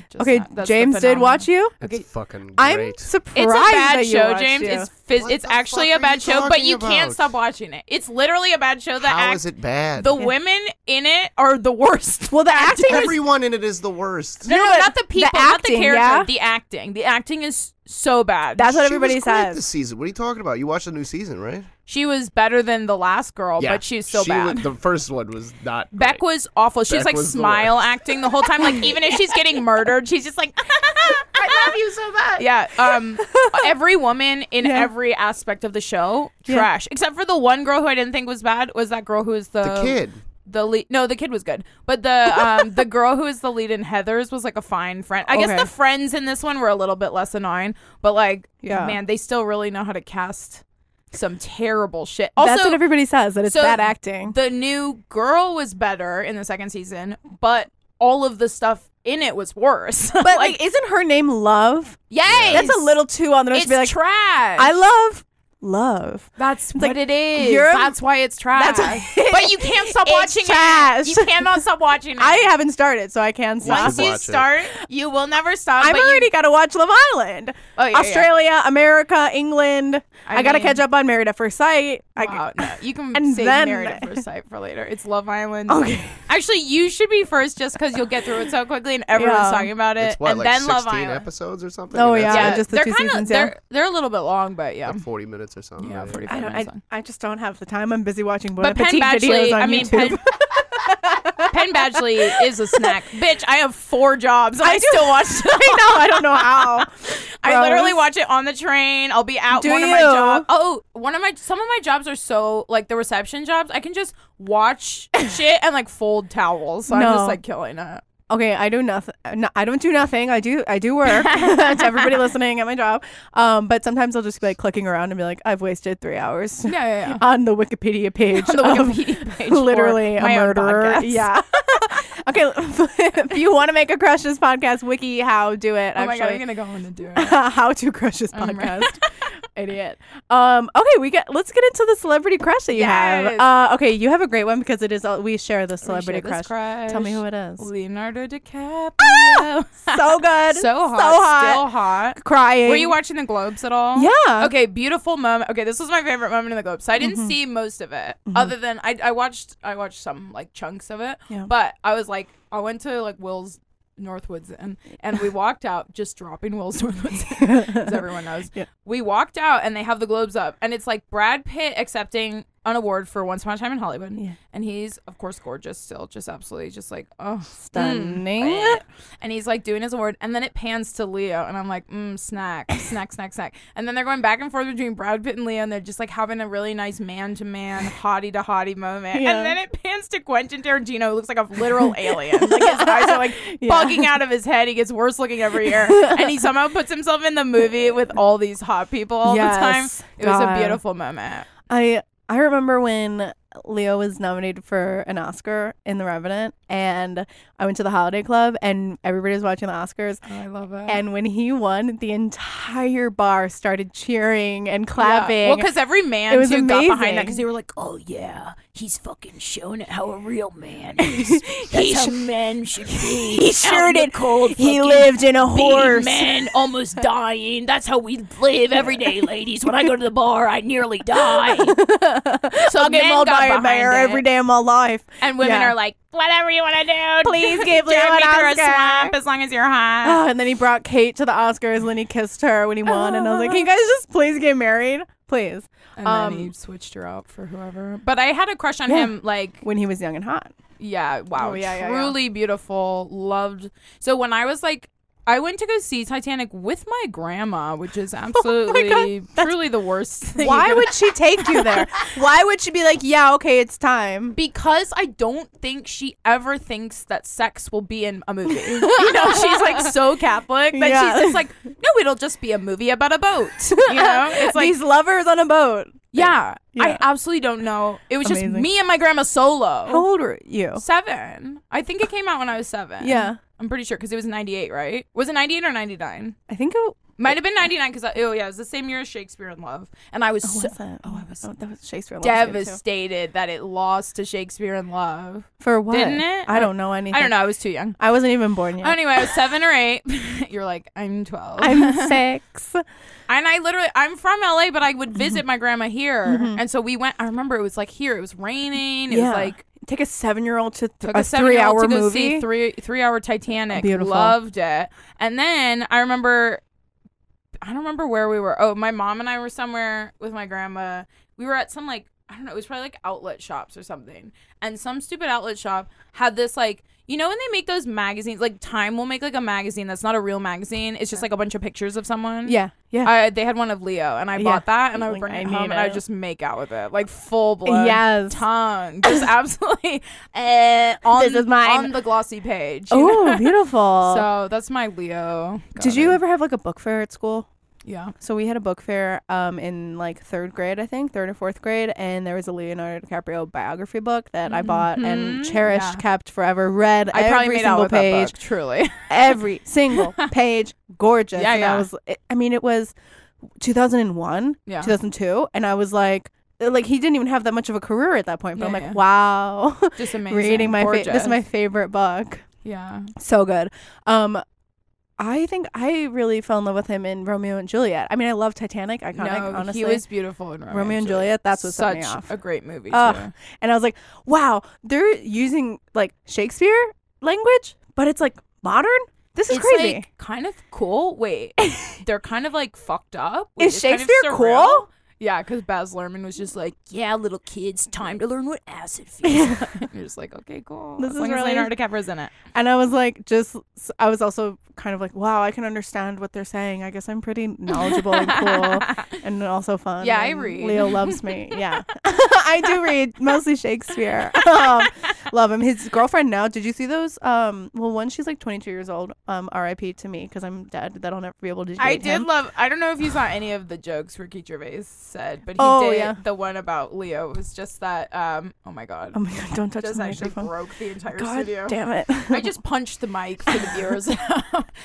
C: Just
A: okay,
C: not- that's the
A: James did
C: phenomenon.
A: watch you.
C: Okay.
E: It's fucking great.
A: I'm surprised
C: It's a
A: that
C: bad
A: you
C: show,
A: watched
C: James.
A: you.
C: It's phys-
E: What
C: it's
E: the
C: actually
E: fuck
C: a
E: are
C: bad
E: you
C: show, but you
E: talking
C: can't
E: about?
C: stop watching it. It's literally a bad show. The
E: How
C: act,
E: is it bad?
C: the women in it are the worst.
A: well, the acting was
E: Everyone in it is the worst.
C: No,
A: No,
C: no,
A: but
C: not the
A: the
C: people, not the
A: acting,
C: character.
A: yeah?
C: The acting. The acting is so bad.
A: that's what
E: She was
A: everybody
E: great
A: says.
E: This season. What are you talking about? You watched the new season, right?
C: she was better than the last girl, but she's still
E: she
C: bad.
E: Was, the first one was not.
C: Beck
E: great.
C: was awful. She was
E: Beck
C: like
E: was the
C: smile
E: worst.
C: acting the whole time. Like even if she's getting murdered, she's just like, I love you so much. Yeah. Um. Every woman in
A: Yeah.
C: every aspect of the show
A: Yeah.
C: trash, except for the one girl who I didn't think was bad was that girl who was the
E: the kid.
C: The lead. No, the kid was good, but the um the girl who is the lead in Heather's was like a fine friend. I
A: Okay.
C: guess the friends in this one were a little bit less annoying, but like,
A: Yeah.
C: man, they still really know how to cast some terrible shit.
A: that's
C: Also,
A: what everybody says. That it's
C: so
A: bad acting.
C: the new girl was better in the second season, but all of the stuff in it was worse.
A: but like, isn't her name Love?
C: yes,
A: That's a little too on the nose.
C: It's
A: to Be like,
C: trash.
A: I love love.
C: That's
A: like,
C: what it is.
A: you're-
C: that's why it's trash.
A: That's why-
C: but you can't stop
A: It's
C: watching
A: trash.
C: it. You cannot stop watching it.
A: I haven't started, so I can stop.
C: Once you
E: watch it.
C: start, you will never stop.
A: I've
C: but you-
A: already got to watch Love Island,
C: Oh, yeah, yeah.
A: Australia, America, England. I,
C: I
A: got to
C: mean-
A: catch up on Married at First Sight. I,
C: Wow, Oh, no, you can
A: And
C: save
A: then-
C: Married at First Sight for later. It's Love Island.
A: Okay.
C: Actually, you should be first just because you'll get through it so quickly and everyone's
A: Yeah.
C: talking about it.
E: It's what,
C: and
E: like
C: then Love
E: 16
C: Island.
E: episodes or something?
A: Oh,
E: And that's
A: yeah,
E: it?
A: just the
C: they're
A: two
C: kinda-
A: seasons, yeah.
C: They're, they're a little bit long, but yeah.
E: Like 40 minutes or something.
C: Yeah,
E: right?
C: 45
A: I don't. I,
C: minutes long.
A: I just don't have the time. I'm busy watching Bon
C: But Penn
A: Appetit videos
C: Badgley,
A: on
C: I mean,
A: YouTube.
C: Penn, Penn Badgley is a snack. Bitch, I have four jobs. and I,
A: I do-
C: still watch
A: I know. I don't know how.
C: I literally
A: Gross.
C: watch it on the train. I'll be out
A: Do
C: one of my
A: you?
C: jobs. Oh, one of my some of my jobs are so like the reception jobs. I can just watch shit and like fold towels. So I'm
A: No.
C: just like killing it.
A: Okay, I do nothing. No, I don't do nothing. I do. I do work. to everybody listening at my job. Um, but sometimes I'll just be like clicking around and be like, I've wasted three hours
C: Yeah, yeah, yeah.
A: on the Wikipedia page.
C: On the
A: of
C: Wikipedia page for
A: literally a
C: my own
A: murderer.
C: podcast.
A: Yeah. okay, if you want to make a crushes podcast wiki, how do it?
C: Oh my god, I'm
A: Actually,
C: gonna go on and do it.
A: how to crushes
C: I'm re-
A: podcast. Idiot. Um, okay, we get. Let's get into the celebrity crush that you have.
C: Yes.
A: Uh, okay, you have a great one because it is. all We share the celebrity
C: share this
A: crush. Tell me
C: crush.
A: who it is.
C: Leonardo DiCaprio.
A: so good.
C: so hot, still hot.
A: Crying.
C: Were you watching the Globes at all?
A: Yeah. Mm-hmm.
C: Okay, beautiful moment. Okay, this was my favorite moment in the Globes. So I didn't see most of it, other than I, I watched I watched some like chunks of it.
A: Yeah.
C: But I was like, I went to like Will's Northwoods Inn, and we walked out just dropping Will's Northwoods Inn, as everyone knows.
A: Yeah.
C: We walked out and they have the Globes up, and it's like Brad Pitt accepting an award for Once Upon a Time in Hollywood,
A: Yeah.
C: and he's of course gorgeous still, just absolutely just like oh
A: Stunning.
C: and he's like doing his award, and then it pans to Leo, and I'm like, mm, snack, snack, snack, snack. And then they're going back and forth between Brad Pitt and Leo, and they're just like having a really nice man to man, hottie to hottie moment.
A: Yeah.
C: And then it pans to Quentin Tarantino, who looks like a literal alien. Like his eyes are like bugging out of his head. He gets worse looking every year, and he somehow puts himself in the movie with all these hot people all
A: Yes.
C: the time. It was
A: God.
C: a beautiful moment.
A: I I remember when Leo was nominated for an Oscar in The Revenant, and I went to the Holiday Club, and everybody was watching the Oscars.
C: I love it.
A: And when he won, the entire bar started cheering and clapping.
C: Yeah. Well, because every man
A: It was
C: too got behind that
A: amazing.
C: because they were like,
D: Oh yeah, he's fucking showing it how a real man is. That's how men should be. He
A: sure did.
D: Cold
A: he
D: fucking
A: lived in a
D: being
A: horse.
D: men almost dying. That's how we live every day, ladies. When I go to the bar, I nearly die.
C: so
A: I'll get
C: men
A: mauled
C: got
A: by a
C: behind
A: bear
C: it.
A: every day of my life.
C: and women
A: Yeah.
C: are like, whatever you want to do,
A: Please give Leo
C: drive
A: an
C: me through a
A: Oscar.
C: swamp as long as you're hot.
A: Oh, and then he brought Kate to the Oscars and then he kissed her when he won. And I was like, can you guys just please get married? Please.
C: and
A: um,
C: then he switched her out for whoever. But I had a crush on
A: Yeah.
C: him, like,
A: When he was young and hot.
C: yeah, wow,
A: Oh, yeah, yeah, yeah.
C: truly beautiful, loved. So when I was like. I went to go see Titanic with my grandma, which is absolutely, truly the worst thing. you
A: Why
C: could
A: would she take you there? Why would she be like, yeah, okay, it's time?
C: because I don't think she ever thinks that sex will be in a movie. you know, she's like so Catholic that
A: Yeah.
C: she's just like, no, it'll just be a movie about a boat. You know, it's like,
A: These lovers on a boat.
C: yeah,
A: Yeah.
C: I absolutely don't know. It was
A: Amazing.
C: just me and my grandma solo.
A: How old were you?
C: Seven. I think it came out when I was seven.
A: Yeah.
C: I'm pretty sure because it was 98, right? Was it 98 or 99?
A: I think it
C: Might have been 99 because, oh, yeah, it was the same year as Shakespeare in Love. And I was
A: oh,
C: so
A: was that? Oh, I was. Oh, that was Shakespeare. loves him, too.
C: devastated that it lost to Shakespeare in Love.
A: For what?
C: Didn't it?
A: I don't know anything.
C: I don't know. I was too young.
A: I wasn't even born yet.
C: Anyway, I was seven or eight. You're like, I'm 12.
A: I'm six.
C: and I literally, I'm from LA, but I
A: Mm-hmm.
C: would visit my grandma here. And so we went, I remember it was like here, it was raining. It
A: yeah.
C: was like,
A: take a seven-year-old to th-
C: took a,
A: three-hour
C: seven-year-old to go
A: movie.
C: see three, three hour Titanic.
A: Beautiful.
C: Loved it. And then I remember, I don't remember where we were. Oh, my mom and I were somewhere with my grandma. We were at some like, I don't know, it was probably like outlet shops or something. And some stupid outlet shop had this like, you know when they make those magazines, like Time will make like a magazine that's not a real magazine. It's just like a bunch of pictures of someone.
A: yeah, yeah.
C: I, they had one of Leo, and I
A: Yeah.
C: bought that, and I
A: Like,
C: would bring
A: I
C: it
A: need
C: home, and I
A: it.
C: would just make out with it, like full blown,
A: Yes.
C: tongue, just absolutely eh, on,
A: This is mine.
C: on the glossy page. you know?
A: oh, beautiful.
C: so that's my Leo. Got
A: Did you
C: it.
A: ever have like a book fair at school?
C: Yeah,
A: So we had a book fair um, in like third grade, I think, third or fourth grade, and there was a Leonardo DiCaprio biography book that I bought and
C: Mhm.
A: cherished,
C: Yeah.
A: kept forever, read
C: I
A: every
C: probably made out
A: single
C: with
A: page,
C: that book. Truly,
A: every single page, gorgeous.
C: Yeah,
A: and I
C: yeah.
A: was, I mean, it was 2001,
C: Yeah.
A: 2002, and I was like, like he didn't even have that much of a career at that point, but I'm
C: Yeah,
A: like,
C: yeah.
A: wow,
C: just amazing.
A: reading my fa- this is
C: Gorgeous.
A: my favorite book.
C: yeah.
A: So good. Um I think I really fell in love with him in Romeo and Juliet. I mean, I love Titanic, iconic,
C: no,
A: honestly.
C: he was beautiful in Romeo,
A: Romeo and Juliet, that's what set me
C: such
A: off.
C: a great movie.
A: Ugh.
C: too.
A: and I was like, wow, they're using like Shakespeare language, but it's like modern? This is
C: It's
A: crazy.
C: like kind of cool. Wait, they're kind of like fucked up. Wait,
A: is
C: it's kind of
A: Shakespeare
C: surreal.
A: cool?
C: Yeah, because Baz Luhrmann was just like,
D: yeah, little kids, time to learn what acid feels.
C: You're just like, okay, cool.
A: This
C: as
A: is
C: long
A: really-
C: as Leonardo DiCaprio's in it.
A: And I was like, just, I was also kind of like, wow, I can understand what they're saying. I guess I'm pretty knowledgeable and cool and also fun.
C: Yeah, I
A: and
C: read.
A: Leo loves me. Yeah. I do read mostly Shakespeare. Um, love him. His girlfriend now, did you see those? Um, well, one, she's like 22 years old. Um, RIP to me because I'm dead that I'll never be able to.
C: I
A: date
C: did
A: him.
C: love. I don't know if you saw any of the jokes Ricky Gervais said, but he
A: Oh,
C: did.
A: yeah.
C: The one about Leo was just that. Um, oh my god,
A: Oh my God, don't touch
C: just
A: the
C: actually
A: microphone.
C: broke the entire
A: God
C: studio.
A: damn it.
C: I just punched the mic for the viewers.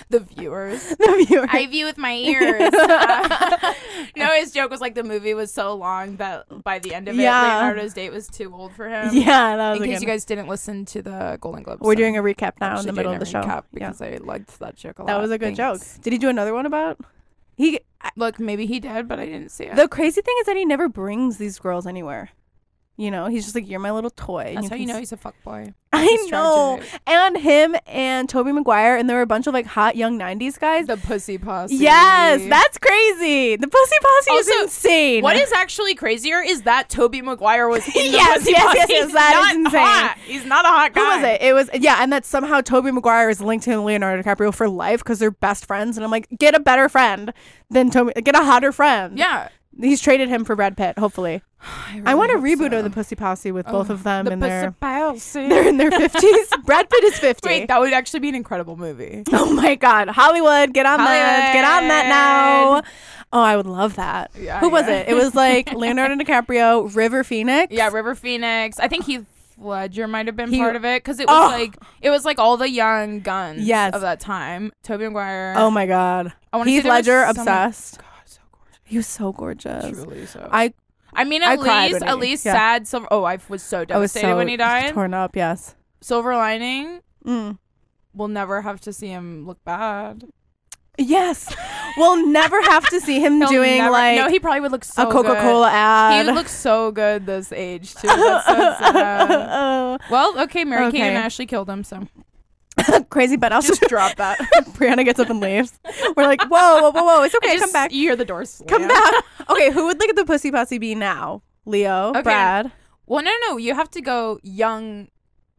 C: the viewers.
A: the viewer.
C: I view with my ears. Uh, no, his joke was like the movie was so long that by the end of it,
A: Yeah.
C: Leonardo's date was too old for him.
A: yeah, that was
C: In
A: a
C: case
A: good
C: you
A: one.
C: guys didn't listen to the Golden Globes,
A: We're doing a recap now in
C: actually
A: the middle of
C: doing
A: the
C: a
A: show. Yeah.
C: recap because I liked that joke a lot.
A: That was a good
C: Thanks.
A: joke. Did he do another one about? He
C: Look, maybe he did, but I didn't see it.
A: The crazy thing is that he never brings these girls anywhere. You know, he's just like, "You're my little toy." and
C: That's how
A: can
C: you know
A: s-
C: he's a fuck boy.
A: I
C: he's
A: know.
C: tragic.
A: And him and Toby Maguire, and there were a bunch of like hot young '90s guys.
C: The pussy posse.
A: yes, that's crazy. The Pussy Posse
C: Also,
A: is insane.
C: What is actually crazier is that Toby Maguire was in the
A: Yes,
C: pussy
A: yes,
C: posse.
A: yes, yes,
C: He's
A: that
C: not
A: is insane.
C: Hot. He's not a hot
A: Who
C: guy.
A: was it? It was yeah, and that somehow Toby Maguire is linked to Leonardo DiCaprio for life because they're best friends. And I'm like, get a better friend than Toby. Get a hotter friend.
C: Yeah.
A: he's traded him for Brad Pitt. Hopefully,
C: I,
A: I want a reboot of the Pussy Posse with both of them
C: Oh, the
A: in
C: pussy
A: their
C: posse.
A: they're in their fifties. Brad Pitt is fifty.
C: Wait, that would actually be an incredible movie.
A: Oh my God, Hollywood, get on that, get on that now. Oh, I would love that.
C: Yeah,
A: Who was
C: yeah.
A: it? It was like Leonardo DiCaprio, River Phoenix.
C: Yeah, River Phoenix. I think Heath Ledger might have been
A: He-
C: part of it because it was
A: Oh.
C: like it was like all the young guns
A: Yes.
C: of that time. Toby Maguire.
A: Oh my God.
C: I wanna
A: Heath
C: say there was
A: Ledger,
C: someone-
A: obsessed.
C: God, so gorgeous.
A: He was so gorgeous.
C: Truly so. I,
A: I
C: I mean,
A: I
C: at
A: cried
C: least,
A: when
C: at
A: he-
C: least
A: yeah.
C: sad. Silver, oh, I was so
A: I was
C: devastated
A: so
C: when he died.
A: torn up. Yes.
C: Silver lining.
A: Mm.
C: We'll never have to see him look bad.
A: Yes. We'll never have to see him
C: He'll
A: doing
C: never-
A: like
C: no, he probably would look so
A: a Coca
C: good.
A: Cola ad.
C: He would look so good this age too. That's so sad. Well, okay, Mary Kate
A: Okay.
C: and Ashley killed him, so
A: Crazy, but I'll just
C: just drop that.
A: Brianna gets up and leaves. We're like, whoa, whoa, whoa, whoa. It's okay.
C: Just-
A: come back.
C: You hear the door slam.
A: Come back. Okay, who would look at the pussy posse be now? Leo,
C: Okay.
A: Brad.
C: Well, no, no, you have to go young,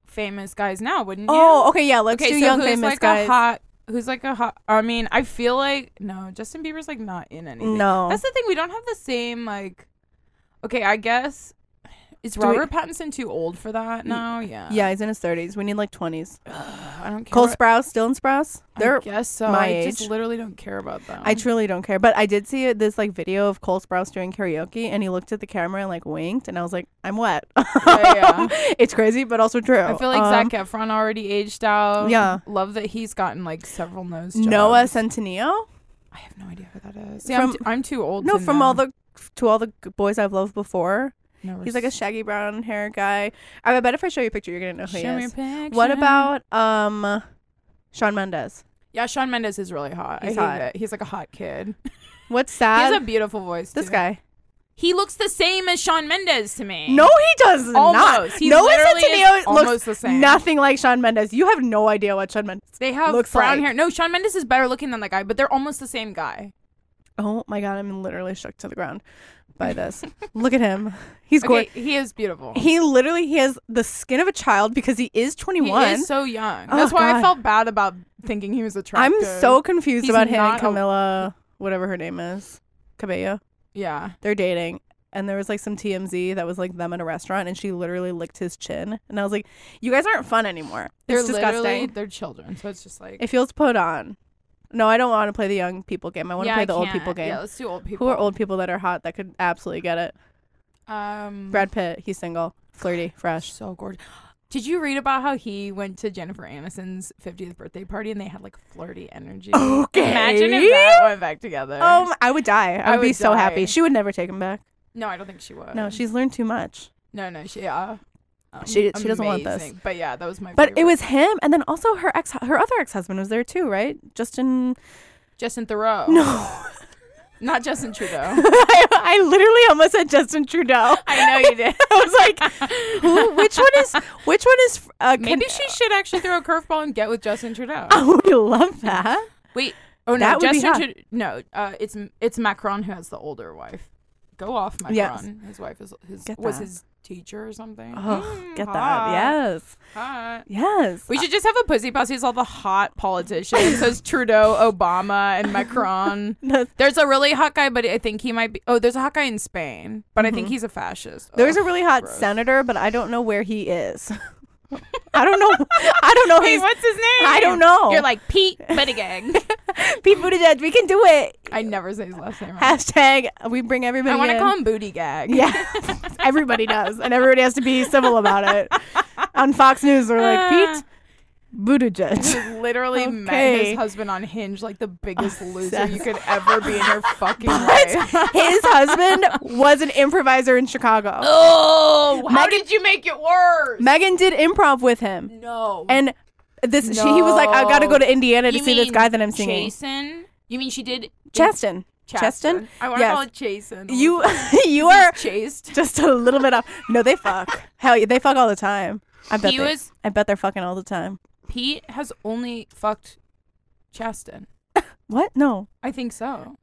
C: famous guys now, wouldn't you?
A: Oh, okay, yeah. Let's
C: okay.
A: do
C: so
A: young
C: who's
A: famous
C: like
A: guys.
C: a hot? Who's like a hot? I mean, I feel like no, Justin Bieber's like not in anything.
A: No.
C: that's the thing. We don't have the same like. Okay, I guess is
A: we-
C: Robert Pattinson too old for that now? Yeah.
A: yeah, he's in his thirties. We need like twenties.
C: I don't care.
A: Cole Sprouse, Dylan Sprouse.
C: I
A: They're
C: guess so.
A: my
C: I just
A: age.
C: literally don't care about them.
A: I truly don't care. But I did see it- this like video of Cole Sprouse doing karaoke, and he looked at the camera and like winked, and I was like, I'm wet.
C: yeah.
A: it's crazy, but also true.
C: I feel like
A: Um,
C: Zac Efron already aged out.
A: yeah.
C: Love that he's gotten like several nose jobs.
A: Noah Centineo.
C: I have no idea who that is. See, I'm,
A: From-
C: t- I'm too old.
A: No,
C: to
A: from
C: know.
A: all the to all the g- boys I've loved before.
C: Never
A: He's like a
C: s-
A: shaggy brown hair guy. I bet if I show you a picture, you're gonna know who
C: Show
A: he
C: me a
A: is.
C: picture.
A: What about um, Sean Mendes?
C: Yeah, Sean Mendes is really hot.
A: He's
C: I hate
A: hot.
C: it. He's like a hot kid.
A: What's
C: He
A: sad?
C: has a beautiful voice.
A: this
C: too.
A: guy.
C: He looks the same as Sean Mendes to me.
A: No, he does not.
C: Almost. He
A: Noah
C: literally
A: Centineo
C: is
A: looks
C: almost the same.
A: nothing like Sean Mendes. You have no idea what Sean Mendes.
C: They have
A: Looks
C: brown
A: like.
C: hair. No, Sean Mendes is better looking than that guy, but they're almost the same guy.
A: Oh my god, I'm literally shook to the ground by this. Look at him. He's
C: Okay,
A: gorgeous.
C: he is beautiful.
A: He literally he has the skin of a child because he is
C: He
A: 21.
C: is so young.
A: Oh,
C: That's why
A: God.
C: I felt bad about thinking he was attractive.
A: I'm so confused
C: He's
A: about him and
C: not a-
A: Camilla, whatever her name is, Cabello.
C: yeah.
A: They're dating. And there was like some TMZ that was like them at a restaurant, and she literally licked his chin. And I was like, "You guys aren't fun anymore.
C: They're
A: It's
C: literally
A: disgusting.
C: they're children, so it's just like
A: It feels put on." No, I don't want to play the young people game. I want to
C: yeah,
A: play
C: I
A: the old people
C: can't.
A: game.
C: Yeah, let's do old people.
A: Who are old people that are hot that could absolutely get it?
C: Um,
A: Brad Pitt, he's single, flirty, fresh.
C: so gorgeous. Did you read about how he went to Jennifer Aniston's 50th birthday party and they had like flirty energy?
A: Okay.
C: Imagine if that went back together.
A: Um, I would die. I would,
C: I
A: be
C: would
A: so happy.
C: die. Uh,
A: She would never take him back.
C: no, I don't think she would.
A: No, she's learned too much.
C: no, no, she yeah. Um,
A: She- she doesn't want this.
C: amazing. But yeah, that was my.
A: But it
C: favorite.
A: was him, and then also her ex, her other ex husband was there too, right? Justin.
C: Justin Thoreau.
A: No,
C: not Justin Trudeau.
A: I, I literally almost said Justin Trudeau.
C: I know you did.
A: I was like, who? Which one is? Which one is? Uh, can-
C: Maybe she should actually throw a curveball and get with Justin Trudeau.
A: I would love that.
C: Wait. Oh no,
A: That would be
C: Justin.
A: hot.
C: Trude- no, uh, it's it's Macron who has the older wife. Go off, Macron.
A: Yes.
C: His wife is his
A: Get
C: was
A: that.
C: his teacher or something.
A: Oh,
C: Mm,
A: get
C: hot,
A: that? Yes,
C: hot.
A: yes.
C: We should just have a pussy posse. It's all the hot politicians. so it's Trudeau, Obama, and Macron.
A: That's-
C: There's a really hot guy, but I think he might be. Oh, there's a hot guy in Spain, but I think he's a fascist.
A: Mm-hmm.
C: Oh.
A: There's
C: Ugh,
A: a really hot
C: gross.
A: senator, but I don't know where he is. I don't know. I don't know.
C: Wait,
A: he's
C: what's his name?
A: I don't know.
C: You're like Pete Buttigieg.
A: Pete Buttigieg. We can do it.
C: I never say his last name. Right.
A: Hashtag. We bring everybody.
C: I want to
A: in.
C: call him Booty Gag.
A: Yeah, everybody does, and everybody has to be civil about it. On Fox News, they're like
C: Uh.
A: Pete Buttigieg.
C: literally met
A: Okay.
C: his husband on Hinge, like the biggest loser
A: Obsessed.
C: you could ever be in your fucking life.
A: His husband was an improviser in Chicago.
C: Oh, how
A: Megan-
C: did you make it worse?
A: Megan did improv with him,
C: no.
A: and this she, he was like, "I got to go to Indiana to
C: You
A: see this
C: mean
A: guy that I'm seeing."
C: Jason? You mean she did
A: Chaston. Chaston.
C: I want to
A: Yes.
C: call it Jason.
A: You you are
C: chased.
A: just a little bit off. No, they fuck. Hell, yeah, they fuck all the time. I bet
C: He
A: they,
C: was-
A: I bet they're fucking all the time.
C: Pete has only fucked Chaston.
A: What? No.
C: I think so.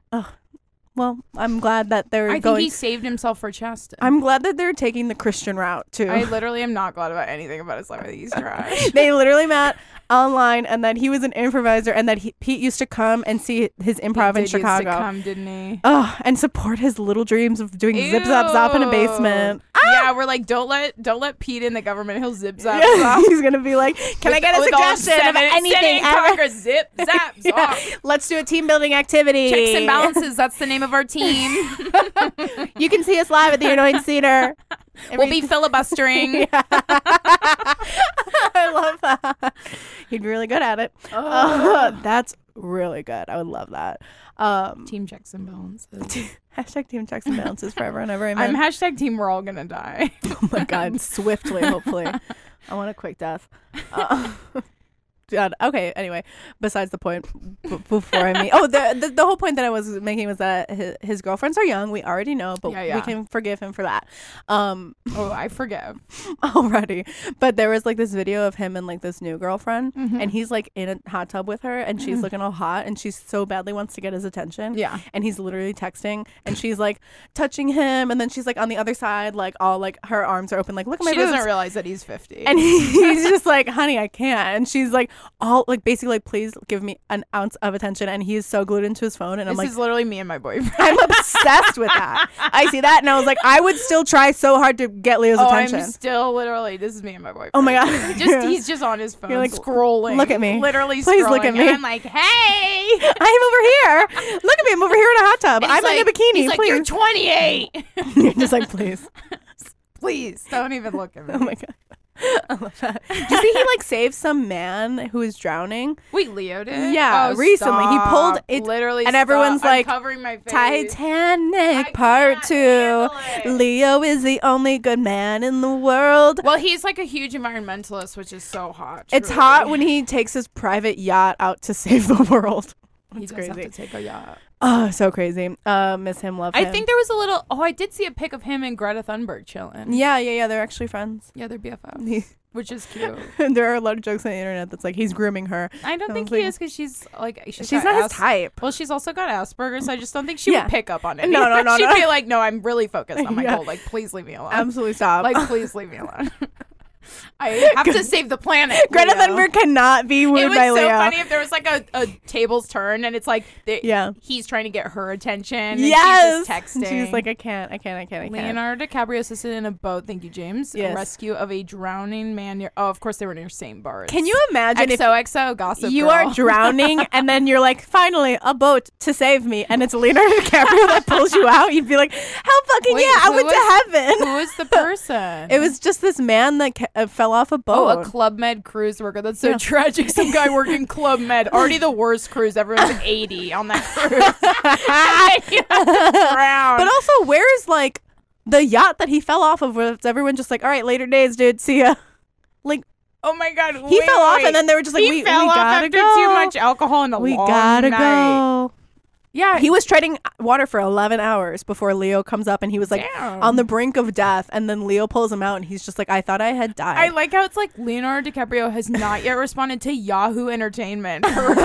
A: Well, I'm glad that they're
C: I think
A: going.
C: he saved himself for Chaston.
A: I'm glad that they're taking the Christian route too.
C: I literally am not glad about anything about his life. I think He's trash.
A: they literally met online, and that he was an improviser, and that he, Pete used to come and see his improv
C: He
A: in
C: did used to
A: Chicago.
C: come, didn't he?
A: Ugh, and support his little dreams of doing Um, zip zap zop in a
C: Ew.
A: basement. Ah!
C: No, Yeah, we're like, don't let don't let Pete in the government. He'll zip zap.
A: Yeah,
C: zap.
A: he's gonna be like, "Can I
C: With-
A: get a
C: with all
A: suggestion of
C: seven
A: anything
C: sitting
A: ever?
C: Congress, zip zap zop.
A: Let's do a team building activity.
C: Checks and balances. That's the name of our team.
A: You can see us live at the Annoying Theater.
C: we'll be filibustering.
A: I love that. He'd be really good at it.
C: Oh.
A: Uh, that's really good. I would love that. Um,
C: Team checks and balances.
A: hashtag team checks and balances forever and ever.
C: I'm
A: Amen.
C: hashtag team. We're all gonna die.
A: oh my god, swiftly. Hopefully, I want a quick death. Uh, God. Okay. Anyway, besides the point b- before I meet. Oh, the, the the whole point that I was making was that his, his girlfriends are young. We already know, but
C: Yeah, yeah.
A: we can forgive him for that. Um,
C: Oh, I forgive.
A: already. But there was like this video of him and like this new girlfriend,
C: Mm-hmm.
A: and he's like in a hot tub with her, and she's looking all hot, and she so badly wants to get his attention.
C: Yeah.
A: And he's literally texting, and she's like touching him, and then she's like on the other side, like all like her arms are open, like look at my
C: She doesn't
A: boobs."
C: realize that he's 50.
A: And he- he's just like, honey, I can't. And she's like, all like basically like, please give me an ounce of attention. And he is so glued into his phone, and I'm
C: this
A: like.
C: is literally me and my boyfriend.
A: I'm obsessed with that. I see that, and I was like, I would still try so hard to get Leo's
C: Oh,
A: attention.
C: I'm still literally. This is me and my boyfriend.
A: oh my god!
C: Just he's just on his phone,
A: You're like,
C: scrolling.
A: "Look at me.
C: literally.
A: Please look at
C: scrolling."
A: me.
C: And I'm like, hey.
A: I'm over here. Look at me. I'm over here in a hot tub.
C: And he's
A: I'm in a
C: like-
A: bikini.
C: He's like,
A: please.
C: you're 28.
A: You're just like, please.
C: Please don't even look at me.
A: Oh my god. I love that. Did you see he like saved some man who was drowning?
C: Wait, Leo did?
A: Yeah,
C: Oh,
A: recently. He pulled
C: stop.
A: it-
C: literally,
A: and
C: stop.
A: everyone's
C: I'm
A: like,
C: covering my face.
A: Titanic
C: I
A: part
C: can't
A: two.
C: handle it.
A: Leo is the only good man in the world.
C: Well, he's like a huge environmentalist, which is so hot.
A: It's
C: truly.
A: hot when he takes his private yacht out to save the world.
C: He
A: It's
C: does have
A: crazy.
C: to take a yacht.
A: Oh, so crazy. Uh, miss him, love
C: I
A: him.
C: think there was a little. Oh, I did see a pic of him and Greta Thunberg chilling.
A: Yeah,
C: Yeah,
A: yeah, yeah. They're actually friends.
C: they're BFFs, which is cute.
A: there are a lot of jokes on the internet that's like he's grooming her.
C: I don't
A: I
C: think
A: was
C: he
A: like-
C: is because she's like she's,
A: She's
C: got
A: not his
C: As-
A: type.
C: Well, she's also got Asperger's. so I just don't think she
A: Yeah.
C: would pick up on it.
A: No, no, no,
C: She'd
A: no.
C: be like, "No, I'm really focused on my
A: Yeah.
C: goal. Like, please leave me alone.
A: Absolutely stop.
C: like, please leave me alone. I have to save the planet."
A: Greta
C: Leo.
A: Thunberg cannot be
C: It
A: wooed
C: was
A: by
C: so
A: Leo.
C: funny if there was like a, a tables turn and it's like the,
A: Yeah.
C: he's trying to get her attention. And
A: Yes.
C: she's just
A: And
C: texting.
A: She's like, I can't, I can't, I can't, I can't.
C: Leonardo DiCaprio assisted in a boat. Thank you, James.
A: Yes.
C: A rescue of a drowning man. Near, oh, of course they were near St. Bart's.
A: Can you imagine if
C: XOXO gossip?
A: you
C: Girl.
A: are drowning and then you're like, finally, a boat to save me, and it's Leonardo DiCaprio that pulls you out? You'd be like, how fucking
C: Wait,
A: yeah, I
C: who
A: went
C: was-
A: to heaven.
C: Who is the person?
A: It was just this man that ca- uh, fell off a
C: Oh,
A: boat.
C: a Club Med cruise worker. That's so tragic. Some guy working Club Med, already the worst cruise. Everyone's eighty on that cruise. Drown.
A: but also, where's like the yacht that he fell off of? Where it's everyone just like, all right, later days, dude, see ya. Like
C: oh my god,
A: he
C: wait,
A: fell off,
C: wait.
A: and then they were just like,
C: he
A: we,
C: fell
A: we
C: off
A: gotta
C: after
A: go.
C: too much alcohol and a
A: we
C: long
A: gotta
C: night.
A: go.
C: Yeah,
A: He was treading water for 11 hours before Leo comes up and he was like
C: Damn.
A: on the brink of death. And then Leo pulls him out and he's just like, I thought I had
C: I
A: died.
C: like how it's like Leonardo DiCaprio has not yet responded to Yahoo Entertainment. Because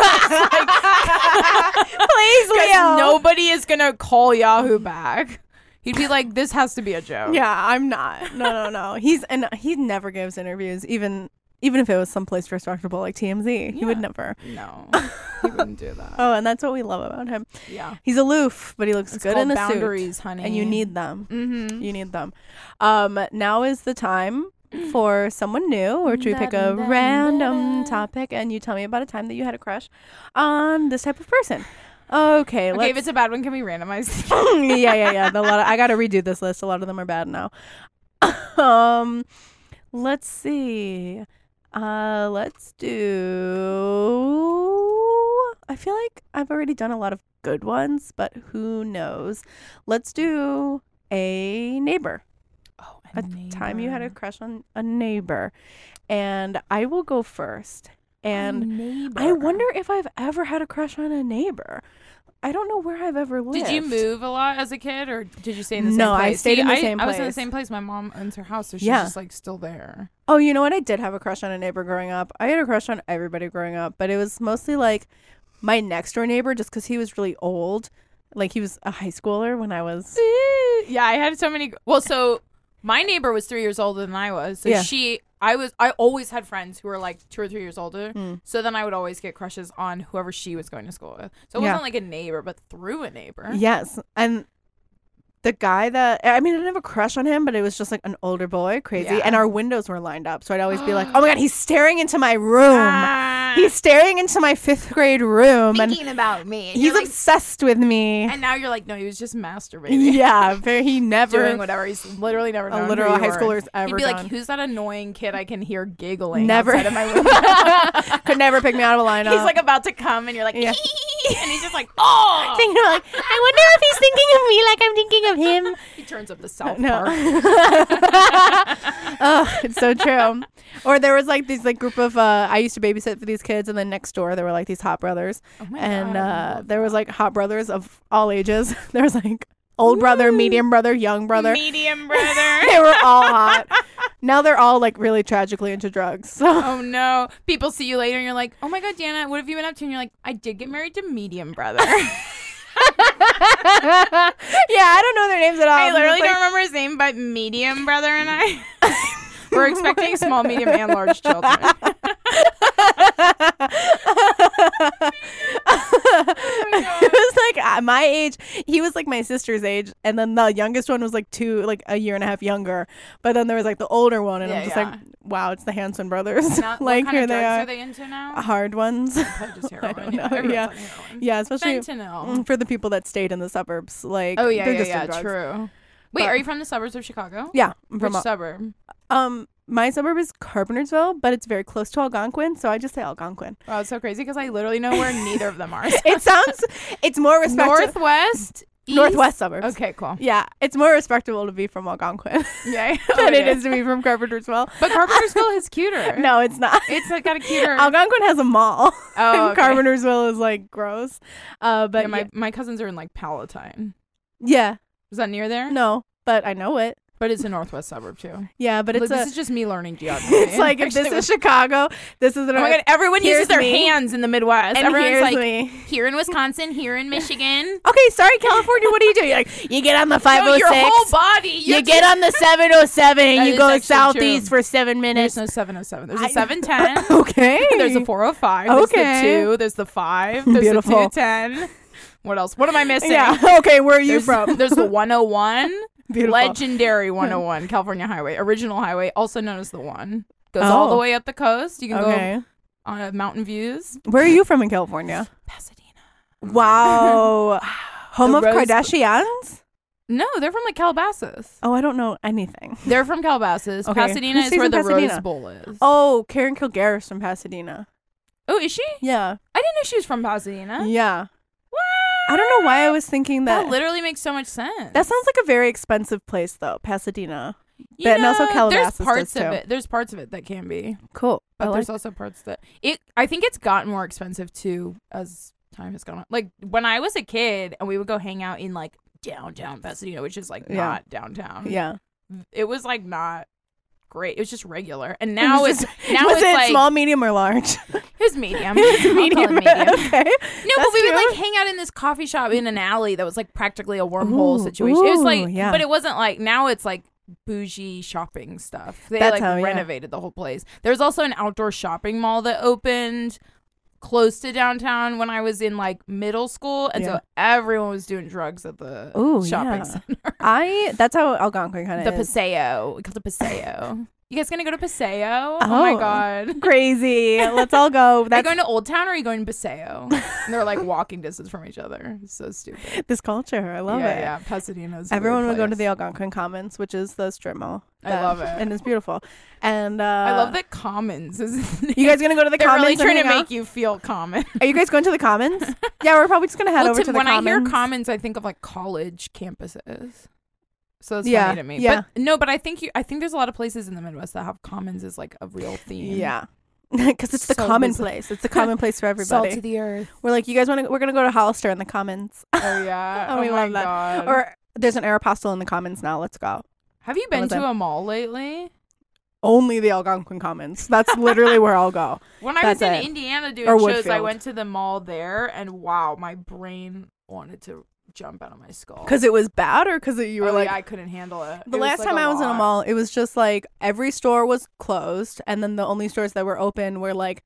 A: Please,
C: nobody is gonna call Yahoo back. He'd be like, "This has to be a joke."
A: yeah, I'm not. No, no, no. He's and he never gives interviews, even even if it was someplace respectable like TMZ. He would
C: Yeah.
A: never.
C: No, he wouldn't do that.
A: Oh, and that's what we love about him.
C: Yeah,
A: He's aloof, but he looks
C: it's
A: good
C: called
A: in a
C: boundaries, honey.
A: suit. And you need them.
C: Mm-hmm.
A: You need them. Um, now is the time
C: Mm.
A: for someone new, which we pick a random topic and you tell me about a time that you had a crush on this type of person. Okay,
C: Okay, if
A: let's.
C: it's a bad one, can we randomize?
A: yeah, yeah, yeah. The lot of- I got to redo this list. A lot of them are bad now. um, let's see. Uh, let's do. I feel like I've already done a lot of good ones, but who knows? Let's do a neighbor
C: oh,
A: a time you had a crush on a neighbor. And I will go first. And
D: Oh,
A: I wonder if I've ever had a crush on a neighbor. I don't know where I've ever lived.
C: Did you move a lot as a kid, or did you stay in the
A: No,
C: same
A: I
C: place?
A: stayed
C: See,
A: in the
C: I,
A: same
C: I was in the
A: place.
C: same place. My mom owns her house, so she's
A: Yeah.
C: just like still there.
A: Oh, you know what? I did have a crush on a neighbor growing up. I had a crush on everybody growing up, but it was mostly like my next door neighbor just because he was really old. Like he was a high schooler when I was.
C: yeah, I had so many. Well, so my neighbor was three years older than I was. So
A: Yeah.
C: she, I was, I always had friends who were like two or three years older.
A: Hmm.
C: So then I would always get crushes on whoever she was going to school with. So it
A: Yeah.
C: wasn't like a neighbor, but through a neighbor.
A: Yes. And the guy that I mean, I didn't have a crush on him, but it was just like an older boy, crazy.
C: Yeah.
A: And our windows were lined up, so I'd always be like, "Oh my god, he's staring into my room.
C: Ah.
A: He's staring into my fifth grade room, and
D: Thinking about me. and
A: he's
D: you're like,
A: obsessed with me."
C: and now you're like, no, he was just masturbating.
A: yeah, very, he never
C: Doing whatever. He's literally never
A: a
C: known who
A: literal
C: you
A: high
C: were.
A: schooler's ever
C: He'd be
A: done.
C: like, who's that annoying kid I can hear giggling
A: Never.
C: outside of my window?
A: could never pick me out of a lineup.
C: he's like about to come, and you're like,
A: Yeah.
C: and he's just like, oh.
A: thinking like, I wonder if he's thinking of me like I'm thinking of him.
C: He turns up the South Park.
A: No. oh, it's so true. Or there was like these like group of uh I used to babysit for these kids and then next door there were like these hot brothers.
C: Oh my
A: and
C: God, I
A: uh
C: love
A: there was like hot brothers of all ages. there was like old brother, medium brother, young brother.
C: Medium brother.
A: they were all hot. now they're all like really tragically into drugs. So
C: oh no. People see you later, and you're like, oh my God, Dana, what have you been up to? And you're like, I did get married to medium brother.
A: yeah, I don't know their names at all.
C: I
A: I'm just Um,
C: literally
A: like-
C: don't remember his name, but medium brother and I. We're expecting small, medium, and large children. Oh
A: it was like at my age. He was like my sister's age, and then the youngest one was like two, like a year and a half younger. But then there was like the older one, and
C: Yeah,
A: I'm just
C: yeah.
A: like, wow, it's the Hanson brothers.
C: Not,
A: like
C: what kind
A: here
C: of
A: they
C: drugs
A: are,
C: are they into now?
A: hard ones.
C: Probably just
A: I
C: heroin.
A: don't
C: yeah,
A: know.
C: everyone's
A: Yeah,
C: on heroin.
A: yeah, especially mm,
C: Fentanyl.
A: for the people that stayed in the suburbs. Like,
C: Oh yeah,
A: they're
C: yeah,
A: just in
C: yeah.
A: drugs.
C: True. Wait,
A: But-
C: are you from the suburbs of Chicago?
A: Yeah, I'm from
C: Which
A: Al-
C: suburb?
A: um, my suburb is Carpentersville, but it's very close to Algonquin, so I just say Algonquin.
C: Wow, it's so crazy because I literally know where neither of them are.
A: It sounds, it's more respectable.
C: Northwest, east?
A: Northwest suburbs.
C: Okay, cool.
A: Yeah, it's more respectable to be from Algonquin
C: Yeah,
A: than it is to be from Carpentersville.
C: But Carpentersville is cuter.
A: No, it's not.
C: it's like, got a cuter.
A: Algonquin has a mall.
C: Oh,
A: and
C: okay.
A: Carpentersville is like gross. Uh, but
C: yeah,
A: yeah,
C: my my cousins are in like Palatine.
A: yeah,
C: Is that near there?
A: no, but I know it.
C: But it's a northwest suburb too.
A: Yeah, but
C: But
A: it's
C: this
A: a.
C: is just me learning geography.
A: It's like if this is Chicago, this is an.
C: Oh my god! Everyone
A: Here's
C: uses their
A: me.
C: hands in the Midwest.
A: and
C: Everyone's
A: here's
C: like
A: me.
C: here in Wisconsin, here in Michigan.
A: Okay, sorry, California. What do you do? You're like you get on the five
C: No,
A: hundred
C: your whole
A: six.
C: body.
A: You get on the seven hundred seven
C: That
A: and you
C: is
A: go
C: actually
A: southeast
C: true.
A: for seven
C: There's
A: minutes.
C: no 707. There's
A: I-
C: a 710.
A: Okay.
C: There's a 405. There's
A: Okay.
C: the 2. There's the 5. There's
A: Beautiful.
C: the 210. What else? What am I missing?
A: Yeah. Okay. Where are you
C: There's,
A: from?
C: there's the 101.
A: Beautiful.
C: Legendary 101, California Highway. Original highway, also known as the 1. Goes all the
A: Oh.
C: way up the coast. You can
A: Okay.
C: go on uh, mountain views.
A: Where are you from in California?
C: Pasadena.
A: Wow. Home
C: The
A: of
C: Rose-
A: Kardashians?
C: No, they're from like Calabasas.
A: Oh, I don't know anything.
C: They're from Calabasas.
A: Okay.
C: Pasadena
A: Who
C: is
A: stays
C: where
A: in
C: the
A: Pasadena?
C: Rose Bowl is.
A: Oh, Karen Kilgariff's from Pasadena.
C: oh, is she?
A: Yeah.
C: I didn't know she was from Pasadena.
A: Yeah.
C: What?
A: I don't know why I was thinking
C: That,
A: that.
C: literally makes so much sense.
A: that sounds like a very expensive place, though, Pasadena.
C: You
A: that- and also Calabasas does
C: There's parts
A: too.
C: of it. There's parts of it that can be,
A: Cool.
C: but
A: I like-
C: there's also parts that it. I think it's gotten more expensive too as time has gone on. Like when I was a kid, and we would go hang out in like downtown Pasadena, which is like
A: Yeah.
C: not downtown.
A: yeah.
C: it was like not great. It was just regular, and now
A: was
C: it's now
A: was
C: it's
A: it
C: like
A: small, medium, or large?
C: it was medium.
A: medium.
C: medium. medium.
A: okay.
C: No,
A: That's
C: but we would
A: cute.
C: like hang out in this coffee shop in an alley that was like practically a wormhole
A: Ooh,
C: situation. it was
A: ooh,
C: like,
A: yeah.
C: but it wasn't like now it's like bougie shopping stuff. They
A: That's
C: like
A: how, yeah.
C: renovated the whole place. There's also an outdoor shopping mall that opened close to downtown when I was in like middle school, and
A: Yeah.
C: so everyone was doing drugs at the
A: Ooh,
C: shopping
A: yeah.
C: center.
A: I. That's how Algonquin kind of
C: The
A: is.
C: Paseo, it's called the Paseo. You guys gonna go to Paseo? Oh, my
A: Oh.
C: god.
A: Crazy. Let's all go.
C: Are you
A: That's
C: going to Old Town or are you going to Paseo? And they're like walking distance from each other. It's so stupid.
A: this culture. I love
C: yeah,
A: it.
C: Yeah, Pasadena's. a
A: Everyone
C: weird
A: would go to the
C: place.
A: Algonquin Commons, which is the strip mall.
C: I
A: that-
C: love it.
A: and it's beautiful. And uh,
C: I love that Commons is.
A: You guys gonna go to the
C: They're
A: Commons?
C: really
A: and
C: trying to
A: hang out?
C: make you feel common.
A: Are you guys going to the Commons? yeah, we're probably just gonna head
C: Well,
A: over
C: to-
A: to the
C: when
A: Commons.
C: I hear Commons, I think of like college campuses. So that's
A: Yeah,
C: funny to me.
A: yeah.
C: But no, but I think you. I think there's a lot of places in the Midwest that have Commons as like a real theme.
A: yeah, because it's the
C: So
A: common
C: bizarre.
A: place. It's the common place for
C: Salt
A: everybody.
C: to the earth.
A: we're like, you guys want to? We're gonna go to Hollister in the Commons,
C: Oh yeah.
A: Oh, we
C: my
A: love that.
C: God.
A: or there's an Aeropostale in the Commons now. Let's go.
C: have you been
A: was
C: to
A: that?
C: a mall lately?
A: Only the Algonquin Commons. That's literally where I'll go.
C: When I
A: That's
C: was in
A: it.
C: Indiana doing
A: Or
C: shows, I
A: Woodfield.
C: went to the mall there, and wow, my brain wanted to jump out of my skull.
A: Cause it was bad, or cause it- you were
C: Oh,
A: like,
C: yeah, I couldn't handle it.
A: The
C: It was,
A: last
C: like,
A: time I was in a
C: lot.
A: mall, it was just like every store was closed, and then the only stores that were open were like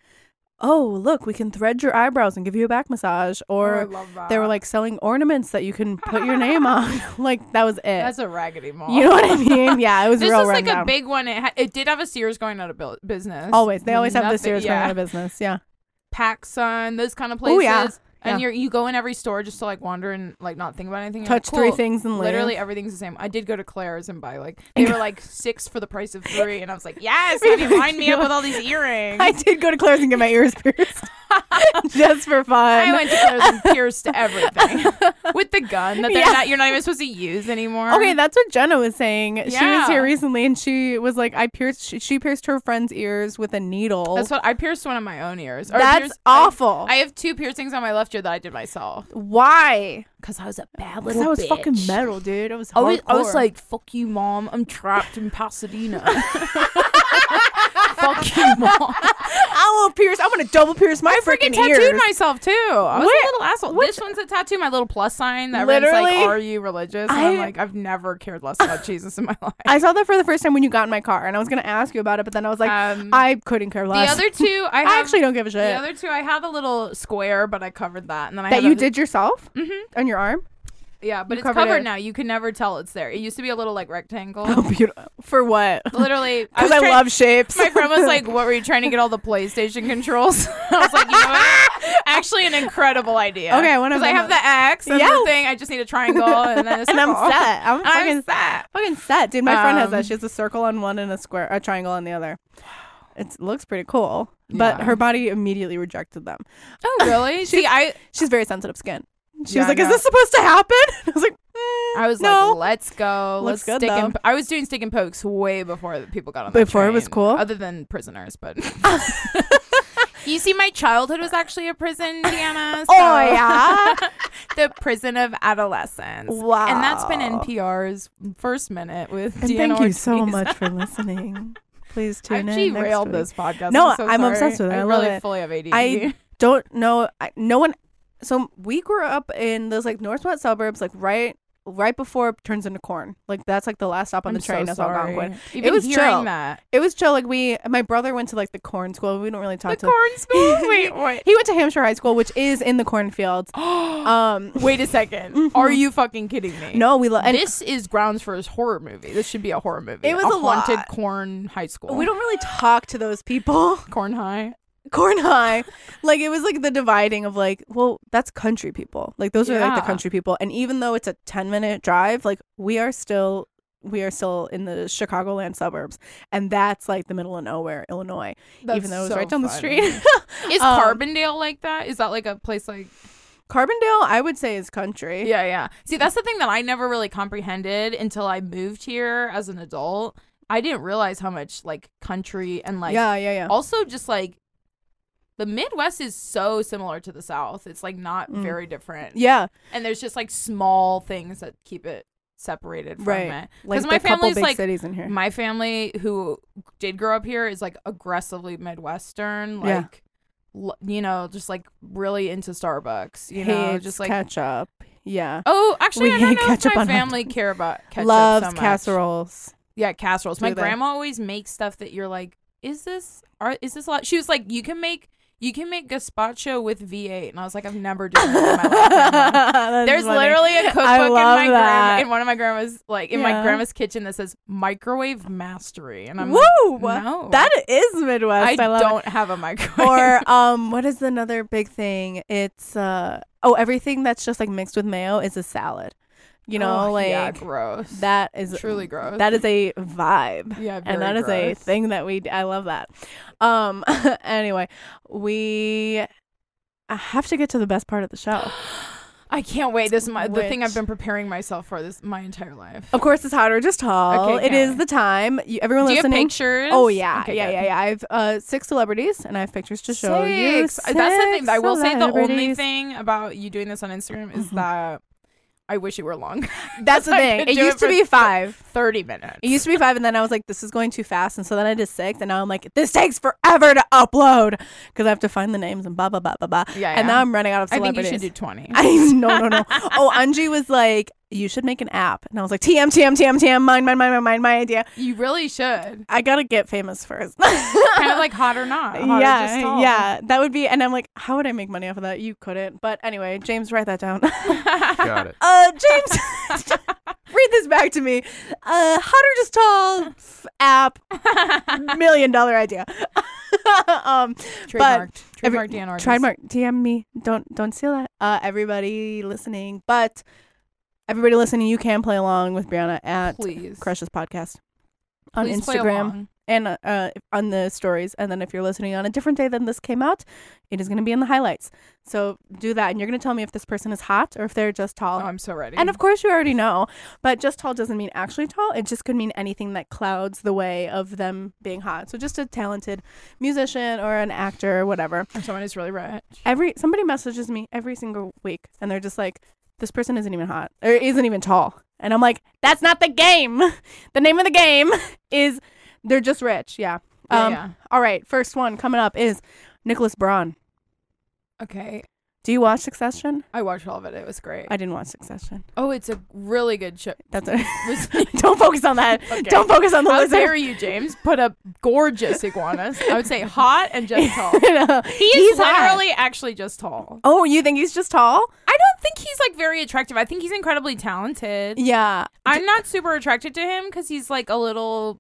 A: oh, look, we can thread your eyebrows and give you a back massage.
C: I
A: Or
C: love that.
A: they were like selling ornaments that you can put your name on. like that was it.
C: That's a raggedy mall.
A: you know what I mean? Yeah, it was
C: This
A: real
C: was like
A: rundown.
C: a big one. It, ha- it did have a Sears going out of bu- business.
A: always. They always have the
C: Nothing-
A: Sears
C: yeah.
A: going out of business. Yeah.
C: PacSun, those kind of places.
A: Oh, yeah. Yeah.
C: And you you go in every store just to like wander and like not think about anything. You're like,
A: Touch three
C: cool.
A: things and leave.
C: Literally everything's the same. I did go to Claire's and buy like they were like six for the price of three, and I was like, yes,
A: Made
C: honey,
A: me
C: line me up
A: feel-
C: with all these earrings.
A: I did go to Claire's and get my ears pierced just for fun.
C: I went to Claire's and pierced everything with the gun that they're
A: Yeah.
C: not you're not even supposed to use anymore.
A: Okay, that's what Jenna was saying. She was
C: Um, Yeah.
A: here recently, and she was like, "I pierced. She, she pierced her friend's ears with a needle.
C: that's what I pierced one of my own ears. Or
A: That's
C: pierced- I-
A: awful.
C: I, have two piercings on my left ear that I did myself.
A: Why?
D: Because I was a bad
A: Because
D: little
A: I was
D: bitch.
A: fucking metal, dude. It was.
C: I was, I was
A: hardcore.
C: like, fuck you, mom. I'm trapped in Pasadena. fuck you, mom.
A: I will pierce. I'm gonna double pierce my freaking,
C: freaking tattooed
A: ears.
C: myself too. I was
A: What-
C: a little asshole. this one's a tattoo, my little plus sign that everyone's
A: Literally.
C: like, "Are you religious?" And I,
A: I-
C: am like, "I've never cared less about Jesus in my life."
A: I saw that for the first time when you got in my car, and I was gonna ask you about it, but then I was like,
C: Um,
A: I couldn't care
C: the
A: less.
C: other two, I, have,
A: I actually don't give a shit.
C: The other two, I had a little square, but I covered that, and then I Mm-hmm.
A: that
C: had
A: you
C: a-
A: did yourself on your arm.
C: Yeah, but
A: you
C: it's
A: covered
C: covered,
A: it.
C: now. You can never tell it's there. It used to be a little like rectangle.
A: Oh, beautiful. For what?
C: Literally,
A: Because
C: was
A: I,
C: trying-
A: love shapes.
C: My friend was like, "What were you trying to get all the PlayStation controls?" I was like, "You know what? Actually, an incredible idea."
A: Okay, I wanna
C: 'Cause I
A: bring
C: have
A: up-
C: the X and
A: Yeah.
C: the thing. I just need a triangle and then a
A: and I'm
C: circle.
A: set. I'm
C: And I'm
A: fucking
C: set.
A: Fucking set, dude. My friend has
C: Um,
A: that. She has a circle on one and a square, a triangle on the other. It looks pretty cool, but
C: Yeah.
A: her body immediately rejected them.
C: Oh, really? See, I
A: She's very sensitive skin. She
C: Yeah,
A: was
C: I
A: like, "Is
C: know.
A: this supposed to happen?" I was like, mm,
C: I was
A: no.
C: like, let's go.
A: Looks
C: let's
A: good,
C: stick and
A: though.
C: I was doing stick and pokes way before the people got on.
A: Before it
C: that
A: was
C: train,
A: cool?
C: other than prisoners. But you see, my childhood was actually a prison, Deanna. So
A: "Oh yeah,
C: the prison of adolescence.
A: wow."
C: And that's been NPR's first minute with
A: And
C: Deanna
A: thank you
C: Ortiz.
A: so much for listening. Please
C: I've
A: tune in. next
C: derailed
A: week.
C: this podcast.
A: No,
C: I'm, so
A: I'm
C: sorry.
A: obsessed with it.
C: I,
A: I love
C: really
A: it.
C: fully have ADD.
A: I don't know. I, no one. So we grew up in those like northwest suburbs, like right, right before it turns into corn. Like that's like the last stop on the
C: I'm
A: train
C: so
A: is
C: sorry.
A: Algonquin.
C: Even
A: was
C: hearing
A: chill.
C: that.
A: It was chill. Like we, my brother went to like the corn school. We don't really talk to.
C: The corn school? Wait, what?
A: He went to Hampshire High School, which is in the cornfields. um,
C: Wait a 2nd Are you fucking kidding me?
A: Mm-hmm. no, we love. And
C: this is grounds for a horror movie. This should be a horror movie.
A: It was
C: a,
A: a lot.
C: haunted corn high school.
A: we don't really talk to those people.
C: corn high.
A: Corn High, like it was like the dividing of like, well, that's country people. Like those are like the
C: Yeah.
A: country people. And even though it's a ten minute drive, like we are still. We are still in the Chicagoland suburbs, and that's like the middle of nowhere, Illinois. even though it was right down the street,
C: is
A: Um,
C: Carbondale like that? Is that like a place like?
A: Carbondale, I would say, is country.
C: Yeah, yeah. See, that's the thing that I never really comprehended until I moved here as an adult. I didn't realize how much like country and like
A: yeah, yeah, yeah.
C: also just like the Midwest is so similar to the South. It's like not
A: Mm.
C: very different.
A: yeah.
C: and there's just like small things that keep it separated from
A: right
C: it.
A: like
C: Because my
A: the couple
C: family's
A: big
C: like
A: cities in here
C: my family who did grow up here is like aggressively midwestern
A: Yeah.
C: like l- you know just like really into starbucks you know
A: hates
C: just like
A: ketchup yeah
C: oh
A: We
C: actually i don't
A: hate
C: know if
A: ketchup
C: my
A: on hot
C: family care about ketchup
A: loves
C: so much.
A: casseroles
C: yeah casseroles my
A: Do they?
C: grandma always makes stuff that you're like is this are is this a lot she was like you can make you can make gazpacho with v8 and i was like i've never done that in my life grandma.
A: That's
C: There's
A: funny.
C: literally a
A: I
C: cookbook in
A: love
C: my
A: that.
C: grandma, in one of my grandma's like in
A: Yeah.
C: my grandma's kitchen that says microwave mastery, and I'm like,
A: woo
C: no.
A: that is midwest i,
C: I,
A: love it.
C: don't have a microwave.
A: or um what is another big thing it's uh oh everything that's just like mixed with mayo is a salad you know
C: Oh,
A: like
C: yeah, gross.
A: that is
C: Truly gross.
A: that is a vibe
C: yeah,
A: and that
C: very
A: is a
C: gross.
A: thing that we d- i love that um anyway we I have to get to the best part of the show
C: I can't wait. This is my, the thing
A: Which-
C: I've been prepreparing myself for this my entire life.
A: Of course, it's hot or just tall.
C: Okay,
A: it
C: yeah.
A: is the time. You, everyone
C: Do you have
A: listening.
C: pictures?
A: Oh yeah,
C: Okay,
A: yeah,
C: good.
A: yeah, yeah. I have uh, six celebrities, and I have pictures to show you.
C: Six. Uh, That's the thing.
A: Six
C: I will say the only
A: celebrities.
C: thing about you doing this on Instagram is
A: Mhm.
C: that I wish it were long.
A: That's the
C: I
A: thing.
C: could
A: It
C: do
A: used
C: it
A: to
C: for
A: be
C: th-
A: five.
C: Thirty minutes.
A: It used to be five, and then I was like, "This is going too fast," and so then I did six, and now I'm like, "This takes forever to upload because I have to find the names and blah blah blah blah blah."
C: Yeah,
A: And
C: yeah.
A: now I'm running out of
C: I think
A: celebrities.
C: you should do twenty.
A: I no no no. oh, Anji was like, you should make an app. And I was like, TM, TM, TM, TM, mine, mine, mine, mine, mine, my idea.
C: You really should.
A: I got to get famous first.
C: kind of like hot or not. Hot or just
A: yeah,
C: tall.
A: yeah. That would be, and I'm like, how would I make money off of that? You couldn't. But anyway, James, write that down.
E: Got it.
A: uh, James, read this back to me. Uh, hot or just tall f- app, million dollar idea. um,
C: Trademarked.
A: every-
C: Trademarked Dan Artis.
A: Trademark. DM me. Don't don't steal that. Uh, everybody listening, but everybody listening, you can play along with Brianna at
C: Please.
A: Crushes Podcast on
C: Please play
A: Instagram
C: along.
A: and uh, uh, on the stories. And then if you're listening on a different day than this came out, it is going to be in the highlights. So do that, and you're going to tell me if this person is hot or if they're just
C: Oh,
A: tall.
C: I'm so ready.
A: and of course, you already know, but just tall doesn't mean actually tall. It just could mean anything that clouds the way of them being hot. So just a talented musician or an actor or whatever
C: Or someone who's really rich.
A: every somebody messages me every single week and they're just like this person isn't even hot or isn't even tall and i'm like that's not the game the name of the game is they're just rich yeah
C: Yeah,
A: um
C: yeah.
A: all right first one coming up is nicholas braun
C: Okay.
A: do you watch succession
C: I watched all of it. It was great.
A: i didn't watch succession
C: oh, it's a really good show.
A: that's it don't focus on that
C: Okay.
A: don't focus on the
C: How
A: lizard
C: dare you, James? Put up gorgeous iguanas. I would say hot and just tall.
A: No,
C: He's,
A: he's hot.
C: literally actually just tall.
A: oh you think he's just tall
C: I don't think he's like very attractive. I think he's incredibly talented.
A: yeah
C: I'm not super attracted to him because he's like a little.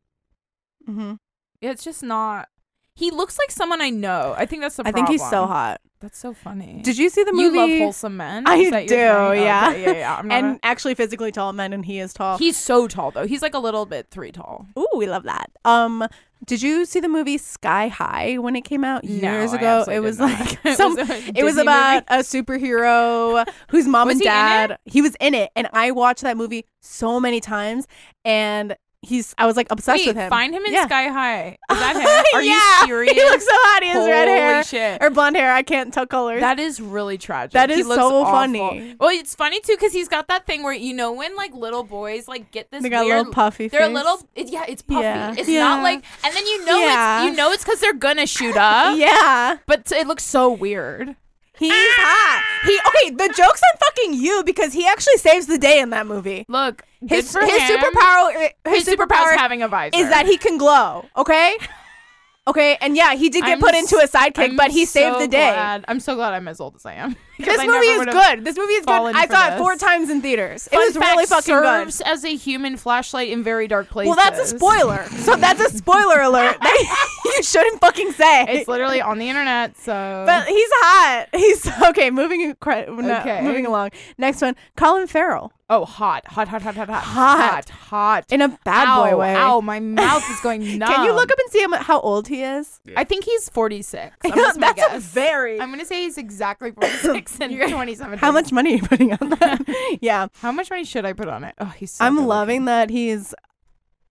A: hmm
C: It's just not. He looks like someone I know. I think that's the
A: i
C: problem.
A: think he's so hot
C: That's so funny.
A: did you see the
C: you
A: movie
C: love wholesome men?
A: I
C: Is that your
A: do,
C: thing?
A: yeah.
C: Okay, yeah, yeah. I'm not
A: and oh. actually physically tall men and he is
C: a-
A: tall
C: he's so tall though. He's like a little bit three tall.
A: Ooh, we love that. Um, did you see the movie Sky High when it came out
C: No,
A: years
C: I
A: ago?
C: absolutely
A: It
C: did
A: was
C: not.
A: like
C: It
A: some.
C: was a
A: It was
C: Disney
A: about a superhero whose mom
C: Was
A: and
C: he in
A: dad. He was in it, and I watched that movie so many times, and he's. I was like obsessed
C: Wait,
A: with him.
C: find him in
A: Yeah.
C: Sky High. Is that him? Are
A: yeah,
C: you serious?
A: He looks so hot. He has
C: Holy
A: red hair
C: shit.
A: or blonde hair. I can't tell colors.
C: That is really tragic.
A: That
C: He
A: is
C: looks
A: so
C: awful.
A: funny.
C: Well, it's funny too because he's got that thing where you know when like little boys like get this
A: They got a
C: weird-
A: little puffy
C: They're a
A: face.
C: little. It, yeah, it's puffy.
A: Yeah.
C: It's
A: Yeah.
C: not like. And then you know
A: Yeah.
C: it's you know it's because they're gonna shoot up.
A: yeah,
C: But it looks so weird.
A: he's hot. He okay. The joke's on fucking you because he actually saves the day in that movie.
C: Look,
A: His,
C: good for
A: his
C: him.
A: superpower uh, his,
C: His superpower is having a visor.
A: is that he can glow. Okay. Okay, and yeah, he did get
C: I'm
A: put into a sidekick,
C: I'm
A: but he saved
C: so
A: the day.
C: glad- I'm so glad I'm as old as I am.
A: This movie is good. This movie is good.
C: fallen
A: I
C: for
A: saw it
C: this.
A: four times in theaters. it
C: Fun
A: was really
C: fact,
A: fucking
C: serves
A: good.
C: as a human flashlight in very dark places.
A: Well, that's a spoiler. So that's a spoiler alert that you shouldn't fucking say.
C: It's literally on the internet, so
A: but he's hot. He's okay. Moving, acro- no,
C: Okay.
A: moving along. Next one, Colin Farrell
C: Oh, hot, hot, hot, hot, hot, hot,
A: Hot.
C: hot, hot.
A: in a bad
C: ow,
A: boy way.
C: Ow, my mouth is going numb.
A: Can you look up and see him, how old he is?
C: I think he's 46. I'm just gonna
A: That's a
C: guess.
A: very-
C: I'm gonna say he's exactly 46 and 27.
A: How much money are you putting on that? yeah,
C: How much money should I put on it? Oh, he's. So
A: I'm
C: good
A: loving that he's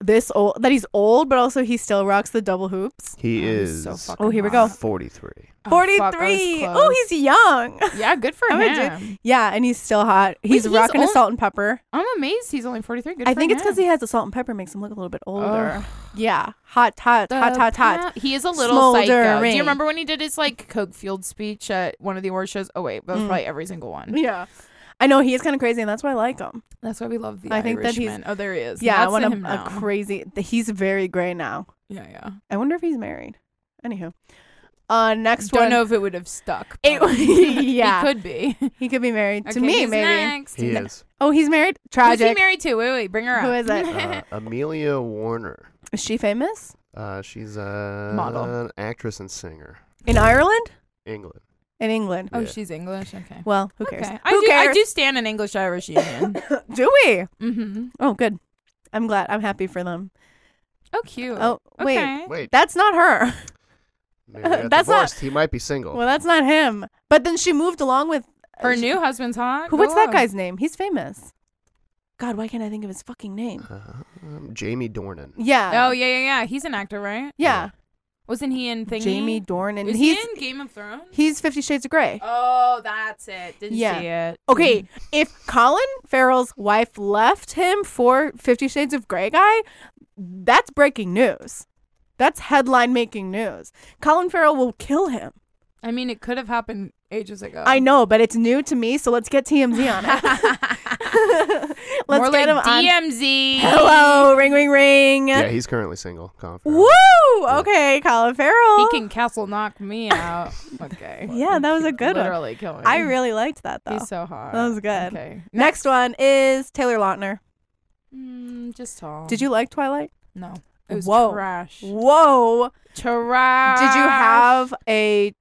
A: this old. That he's old, but also he still rocks the double hoops.
E: He
C: looking. He's
E: is uh,
C: So fucking
A: Oh, here we go.
C: hot.
E: forty-three.
A: Forty
C: Oh, fuck, I was
A: three.
C: close.
A: Oh, he's young.
C: Yeah, good for
A: I'm gonna
C: him.
A: do- yeah, and he's still hot. He's
C: he's
A: rocking a
C: only-
A: salt and pepper.
C: I'm amazed he's only 43. Good
A: I
C: for
A: think it's
C: him.
A: because he has the salt and pepper makes him look a little bit older.
C: Ugh.
A: Yeah, hot, hot, hot,
C: The
A: hot, hot.
C: pa- He is a little psycho. Do
A: Smoldering.
C: you remember when he did his like Coke Field speech at one of the award shows? Oh wait,
A: Mm.
C: that was probably every single one.
A: Yeah, I know he is kind of crazy, and that's why I like him.
C: That's why we love the
A: I think that he's-
C: Irishman. oh, there he is.
A: Yeah,
C: That's
A: I want
C: him
A: him a
C: now.
A: crazy. th- He's very gray now.
C: yeah, yeah.
A: I wonder if he's married. Anywho, uh, next
C: Don't
A: one.
C: know if it would have stuck.
A: It-
C: but
A: yeah.
C: he could be.
A: He could be married
C: Okay,
A: to me,
C: who's
A: maybe.
C: Next?
E: He is
A: Oh, he's married.
C: Who's he
A: Tragic.
C: married to? Wait, wait, bring her up.
A: Who is it?
E: uh, Amelia Warner.
A: Is she famous
E: Uh, she's a
C: Model.
E: an actress and singer,
A: in Ireland?
E: England.
A: In England.
C: Oh,
E: Yeah.
C: she's English. Okay.
A: Well, who cares?
C: Okay. I
A: Who
C: do. I
A: cares?
C: do stand an English Irish union.
A: do. we?
C: mm-hmm.
A: Oh, good. I'm glad. I'm happy for them.
C: Oh, cute.
A: Oh, wait.
C: Okay.
E: Wait,
A: That's not her.
E: maybe they got
A: that's not-
E: divorced. He might be single.
A: Well, that's not him. But then she moved along with uh,
C: Her new husband's hot.
A: Who?
C: Go
A: What's that
C: on.
A: guy's name? He's famous. God, why can't I think of his fucking name?
E: um, Jamie Dornan.
A: Yeah.
C: Oh yeah, yeah, yeah. He's an actor, right?
A: yeah.
C: Wasn't he in Thingy?
A: Jamie Dornan.
C: Is
A: he's
C: he in Game of Thrones?
A: he's Fifty Shades of Grey.
C: Oh, that's it. Didn't
A: Yeah.
C: see it.
A: Okay, if Colin Farrell's wife left him for Fifty Shades of Grey guy, that's breaking news. That's headline making news. Colin Farrell will kill him.
C: I mean, it could have happened ages ago.
A: I know, but it's new to me, so let's get TMZ on it. let's
C: More
A: get
C: like
A: him on.
C: DMZ.
A: Hello, ring, ring, ring.
E: Yeah, he's currently single. Colin Farrell.
A: Woo! Okay, Colin Farrell.
C: He can castle knock me out. Okay.
A: Yeah, that was a
C: He'd
A: good one.
C: Literally kill me.
A: I really liked that though.
C: He's so hot.
A: That was good.
C: Okay.
A: Next one is Taylor Lautner.
C: Mm, just tall.
A: Did you like Twilight?
C: No. It was
A: Whoa.
C: trash.
A: Whoa!
C: Trash.
A: Did you have a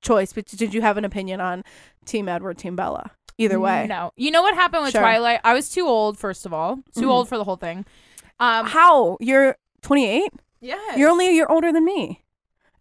A: choice? But did you have an opinion on Team Edward, Team Bella? Either way,
C: No. You know what happened with
A: Sure.
C: Twilight? I was too old, first of all. Too
A: Mhm.
C: old for the whole thing. Um
A: how you're 28?
C: yes.
A: You're only a year older than me,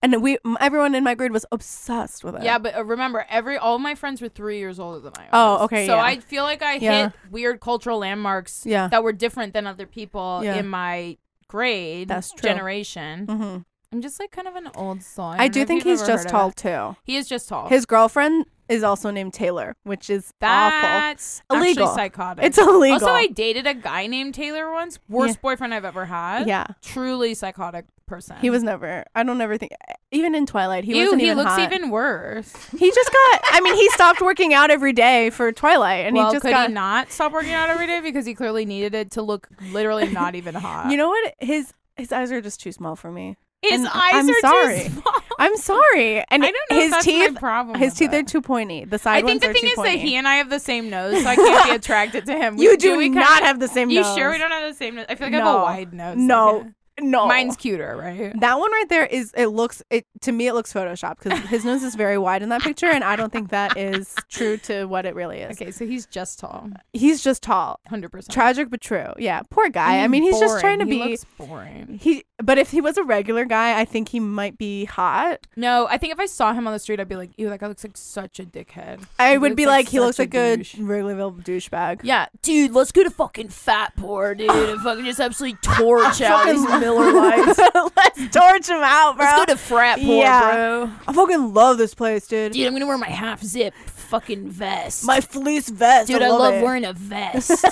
A: and we m- everyone in my grade was obsessed with it.
C: Yeah, but uh, remember, every all my friends were three years older than I was.
A: Oh, okay,
C: So
A: yeah.
C: I feel like I
A: Yeah.
C: hit weird cultural landmarks
A: Yeah.
C: that were different than other people
A: Yeah.
C: in my grade
A: That's true.
C: generation.
A: hmm
C: I'm just like kind of an old soul.
A: I do think he's just tall too.
C: He is just tall.
A: His girlfriend is also named Taylor, which is awful.
C: that's actually
A: Illegal.
C: psychotic.
A: It's illegal.
C: Also, I dated a guy named Taylor once. Worst boyfriend I've ever had.
A: yeah,
C: Truly psychotic person.
A: he was never. I don't ever think. Even in Twilight, he
C: Ew,
A: wasn't
C: he
A: even
C: looks
A: hot.
C: even worse.
A: He just got. I mean, he stopped working out every day for Twilight, and
C: well,
A: he just
C: could
A: got.
C: he not stop working out every day because he clearly needed it to look literally not even hot?
A: You know what? His his eyes are just too small for me.
C: his
A: and
C: eyes
A: I'm
C: are
A: sorry.
C: too small.
A: I'm sorry. And
C: Oh, I don't know. if
A: his
C: that's my
A: teeth.
C: problem.
A: his
C: with
A: teeth
C: it.
A: are too pointy. The side
C: I think
A: ones
C: the
A: are
C: thing
A: too
C: is
A: pointy.
C: that he and I have the same nose, so I can't be attracted to him. We-
A: you do,
C: we kinda-
A: not have the same.
C: You
A: nose.
C: sure we don't have the same nose? I feel like I have
A: No.
C: a wide nose. I
A: No,
C: can't-
A: no.
C: Mine's cuter, right?
A: That one right there is it looks it to me it looks photoshopped because his nose is very wide in that picture and I don't think that is true to what it really is.
C: Okay, so he's just tall,
A: He's just tall.
C: hundred percent. Mm,
A: Tragic but true. Yeah. Poor guy. I mean he's just trying to be
C: He looks boring.
A: he but if he was a regular guy, I think he might be hot.
C: No, I think if I saw him on the street, I'd be like, "Ew, that guy looks like such a dickhead."
A: I
C: He
A: would
C: looks
A: be
C: like
A: like, he looks
C: such
A: like
C: a
A: a
C: douche.
A: regular douchebag.
C: Yeah,
D: Dude, let's go to fucking Fat Poor, dude, and fucking just absolutely torch out these Miller Lights.
A: Let's torch him out, bro.
D: Let's go to Frat Poor,
A: Yeah.
D: bro.
A: I fucking love this place, dude.
D: Dude, I'm gonna wear my half zip fucking vest.
A: My fleece vest.
D: Dude,
A: I love, it.
D: wearing a vest.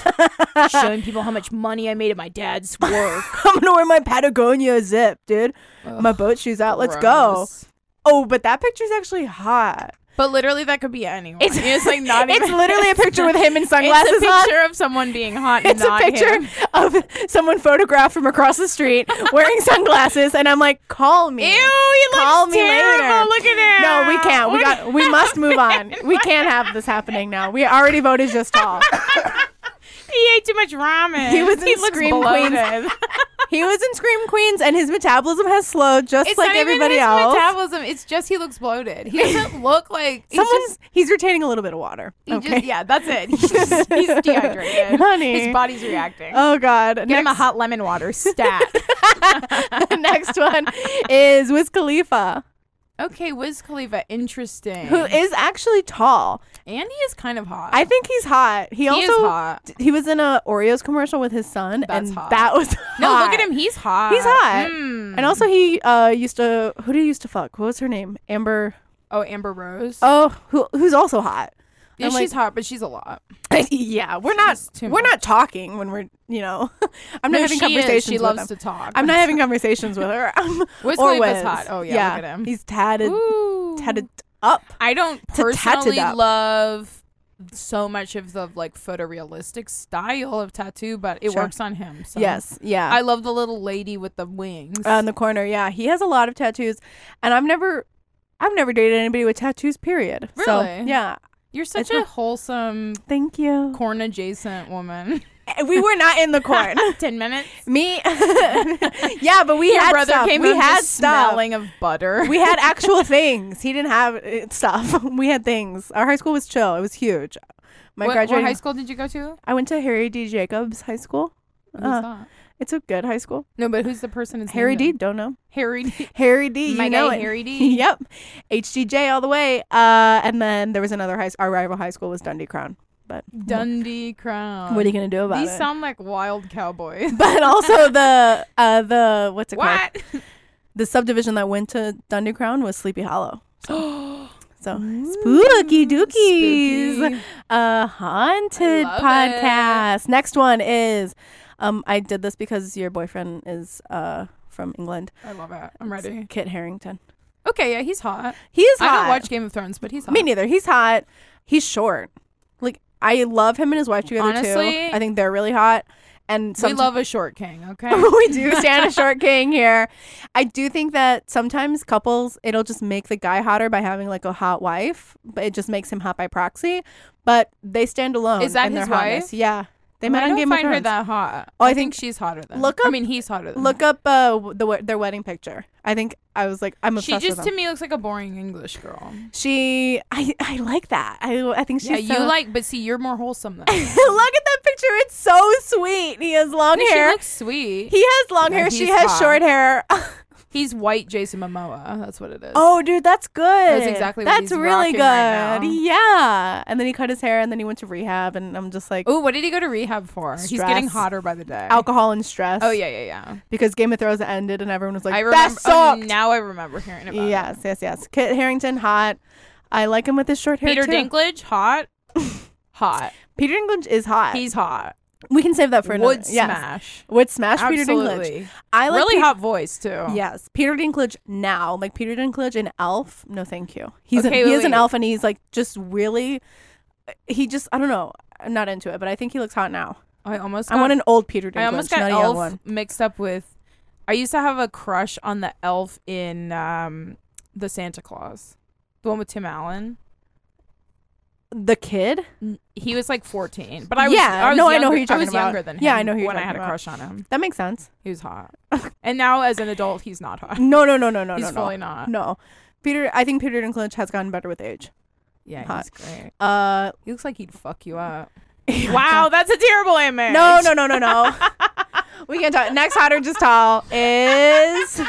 D: Showing people how much money I made at my dad's work.
A: I'm gonna wear my Patagonia zip, dude. my boat shoes out. Let's go.
C: Gross.
A: Oh, but that picture's actually hot.
C: But literally, that could be anyone. It's, like not even.
A: It's literally a picture with him in sunglasses
C: It's a
A: on.
C: picture of someone being hot.
A: It's a
C: not
A: picture
C: him.
A: of someone photographed from across the street wearing sunglasses, and I'm like, call me.
C: Ew, he looks
A: Call me
C: terrible.
A: later.
C: Look at him.
A: No, we can't. We
C: What-
A: got. We must move on. We can't have this happening now. We already voted just tall.
C: He ate too much ramen.
A: He was in
C: looks
A: Scream Queens.
C: bloated.
A: He was in Scream Queens, and his metabolism has slowed, just
C: It's
A: like
C: not
A: everybody
C: even his
A: else.
C: metabolism. It's just he looks bloated. He doesn't look like he's
A: Someone's.
C: just-
A: he's retaining a little bit of water.
C: he just- yeah, that's it. He's, just- he's dehydrated.
A: Honey.
C: His body's reacting.
A: Oh God.
C: Get him a hot lemon water stat.
A: Next one is Wiz Khalifa,
C: okay, Wiz Khalifa, interesting.
A: who is actually tall.
C: and he is kind of hot.
A: I think he's hot. He, also
C: he is hot.
A: d- he was in a Oreos commercial with his son,
C: That's
A: and
C: hot.
A: that was
C: No,
A: hot.
C: look at him. He's hot.
A: He's hot.
C: Mm.
A: And also, he uh, used to who did he used to fuck? What was her name? Amber.
C: oh, Amber Rose.
A: Oh, who who's also hot.
C: yeah,
A: I'm
C: she's
A: like-
C: hot, but she's a lot.
A: yeah, we're not
C: She's too
A: we're
C: much.
A: not talking when we're you know I'm not
C: No,
A: having
C: she is.
A: conversations.
C: She
A: with
C: loves
A: him.
C: to talk.
A: I'm not having conversations with her. Um,
C: Wiz
A: or
C: Khalifa's
A: Wiz.
C: hot. Oh, yeah, look at him.
A: He's tatted,
C: Ooh.
A: tatted up.
C: I don't
A: To tat it
C: personally
A: up.
C: love so much of the like photorealistic style of tattoo, but it
A: Sure.
C: works on him. So.
A: Yes, Um, yeah.
C: I love the little lady with the wings.
A: on the corner. Yeah, he has a lot of tattoos, and I've never, I've never dated anybody with tattoos. Period. So,
C: Really?
A: yeah.
C: You're such
A: it's
C: a
A: not-
C: wholesome
A: Thank you.
C: corn adjacent woman.
A: We were not in the corn.
C: Ten minutes.
A: Me. yeah, but we
C: Your
A: had
C: brother
A: stuff.
C: came
A: we
C: home
A: had
C: just
A: stuff.
C: smelling of butter.
A: we had actual things. He didn't have uh, stuff. We had things. Our high school was chill. It was huge. My
C: what, what
A: graduating.
C: high school did you go to?
A: I went to Harry D. Jacobs High School.
C: Who's
A: Uh,
C: that?
A: it's a good high school.
C: No, but who's the person? It's
A: Harry D.
C: named him?
A: Don't know.
C: Harry D.
A: Harry D.
C: My
A: you know
C: guy
A: it.
C: Harry D.
A: yep. HDJ all the way. Uh, and then there was another high. Our rival high school was Dundee Crown. But
C: Dundee Crown.
A: what are you gonna do about
C: Uh, These
A: it?
C: sound like wild cowboys.
A: but also the uh the what's it called?
C: what?
A: The subdivision that went to Dundee Crown was Sleepy Hollow. So spooky dookies.
C: Spooky.
A: A haunted
C: I love
A: podcast. Next one is, um, I did this because your boyfriend is uh from England.
C: I love it. I'm ready.
A: Kit Harrington.
C: Okay, yeah, he's hot.
A: He is hot.
C: I don't watch Game of Thrones, but he's hot.
A: Me neither. He's hot. He's short. Like I love him and his wife together
C: Honestly-
A: too. I think they're really hot. And
C: we
A: sometimes
C: love a short king, okay?
A: we do stand a short king here. I do think that sometimes couples it'll just make the guy hotter by having like a hot wife, but it just makes him hot by proxy. But they stand alone.
C: Is that
A: in
C: his
A: their hotness.
C: wife?
A: Yeah, they
C: I
A: met on
C: don't
A: Game of
C: find her
A: Thrones.
C: that hot.
A: Oh, I
C: I, think,
A: think-
C: she's hotter than.
A: Look
C: I
A: up-
C: mean, he's hotter than.
A: Look up uh, w- the we- their wedding picture. I think I was like I'm
C: her. She
A: obsessed
C: just
A: with
C: to
A: them.
C: me looks like a boring English girl.
A: she I I like that. I I think she's
C: yeah,
A: so-
C: you like, but see, you're more wholesome than. I am.
A: Look at that picture. It's so sweet. He has long
C: No, she
A: hair.
C: looks sweet.
A: He has long
C: Yeah,
A: hair. She
C: he's
A: has
C: hot.
A: short hair.
C: he's white Jason Momoa. That's what it is.
A: oh, dude, that's good. That's
C: exactly what
A: That's
C: he's
A: really
C: rocking
A: good.
C: right
A: yeah. And then he cut his hair, and then he went to rehab, and I'm just like
C: Ooh, what did he go to rehab for? He's
A: Stress.
C: getting hotter by the day.
A: alcohol and stress.
C: Oh yeah, yeah, yeah.
A: because Game of Thrones ended, and everyone was like,
C: I
A: "That
C: remember. Oh,
A: sucked."
C: now I remember hearing about. it.
A: yes, yes, yes. Kit Harrington, hot. I like him with his short hair
C: Peter
A: too.
C: Dinklage, hot, hot.
A: Peter Dinklage is hot.
C: He's hot.
A: we can save that Uh, for another.
C: Would
A: yes.
C: smash.
A: Would smash Peter Dinklage.
C: Absolutely.
A: I like
C: really
A: Pe-
C: hot voice too.
A: Yes, Peter Dinklage now, like Peter Dinklage in Elf. No, thank you. He's
C: Okay,
A: a,
C: wait,
A: he is an
C: wait.
A: elf, and he's like just really. He just I don't know. I'm not into it, but I think he looks hot now.
C: I almost.
A: I
C: got-
A: want an old Peter Dinklage,
C: Um, I almost
A: not
C: got
A: a young
C: Elf
A: one.
C: mixed up with. I used to have a crush on the elf in um, the Santa Claus, the one with Tim Allen.
A: The kid.
C: He was like 14, but I was
A: Mm. Yeah,
C: I was
A: no, I
C: younger,
A: know who you're
C: I was
A: talking about.
C: younger than him.
A: Yeah, I know who you're
C: when I
A: talking
C: had
A: about.
C: a crush on him.
A: That makes sense.
C: He was hot, and now as an adult, he's not hot.
A: No, no, no, no, no,
C: he's
A: no,
C: fully
A: no.
C: not.
A: No, Peter. I think Peter Dinklage has gotten better with age.
C: Yeah, he's
A: Hot.
C: great.
A: Uh,
C: He looks like he'd fuck you up. wow, that's a terrible image.
A: no, no, no, no, no. we can't talk. Next hotter just tall is,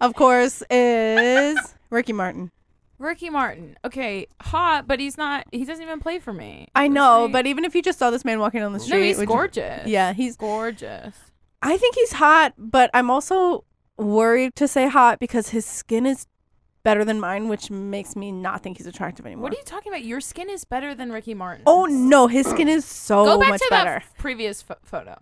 A: of course, is Ricky Martin.
C: Ricky Martin. Okay, hot, but he's not. He doesn't even play for me.
A: I
C: It's
A: know,
C: like-
A: but even if you just saw this man walking down the street,
C: no, he's
A: would you-
C: gorgeous.
A: yeah, he's.
C: gorgeous.
A: I think he's hot, but I'm also worried to say hot because his skin is better than mine, which makes me not think he's attractive anymore.
C: What are you talking about? Your skin is better than Ricky Martin.
A: Oh no, his skin is so
C: Go back
A: much
C: to
A: better.
C: that previous pho- photo.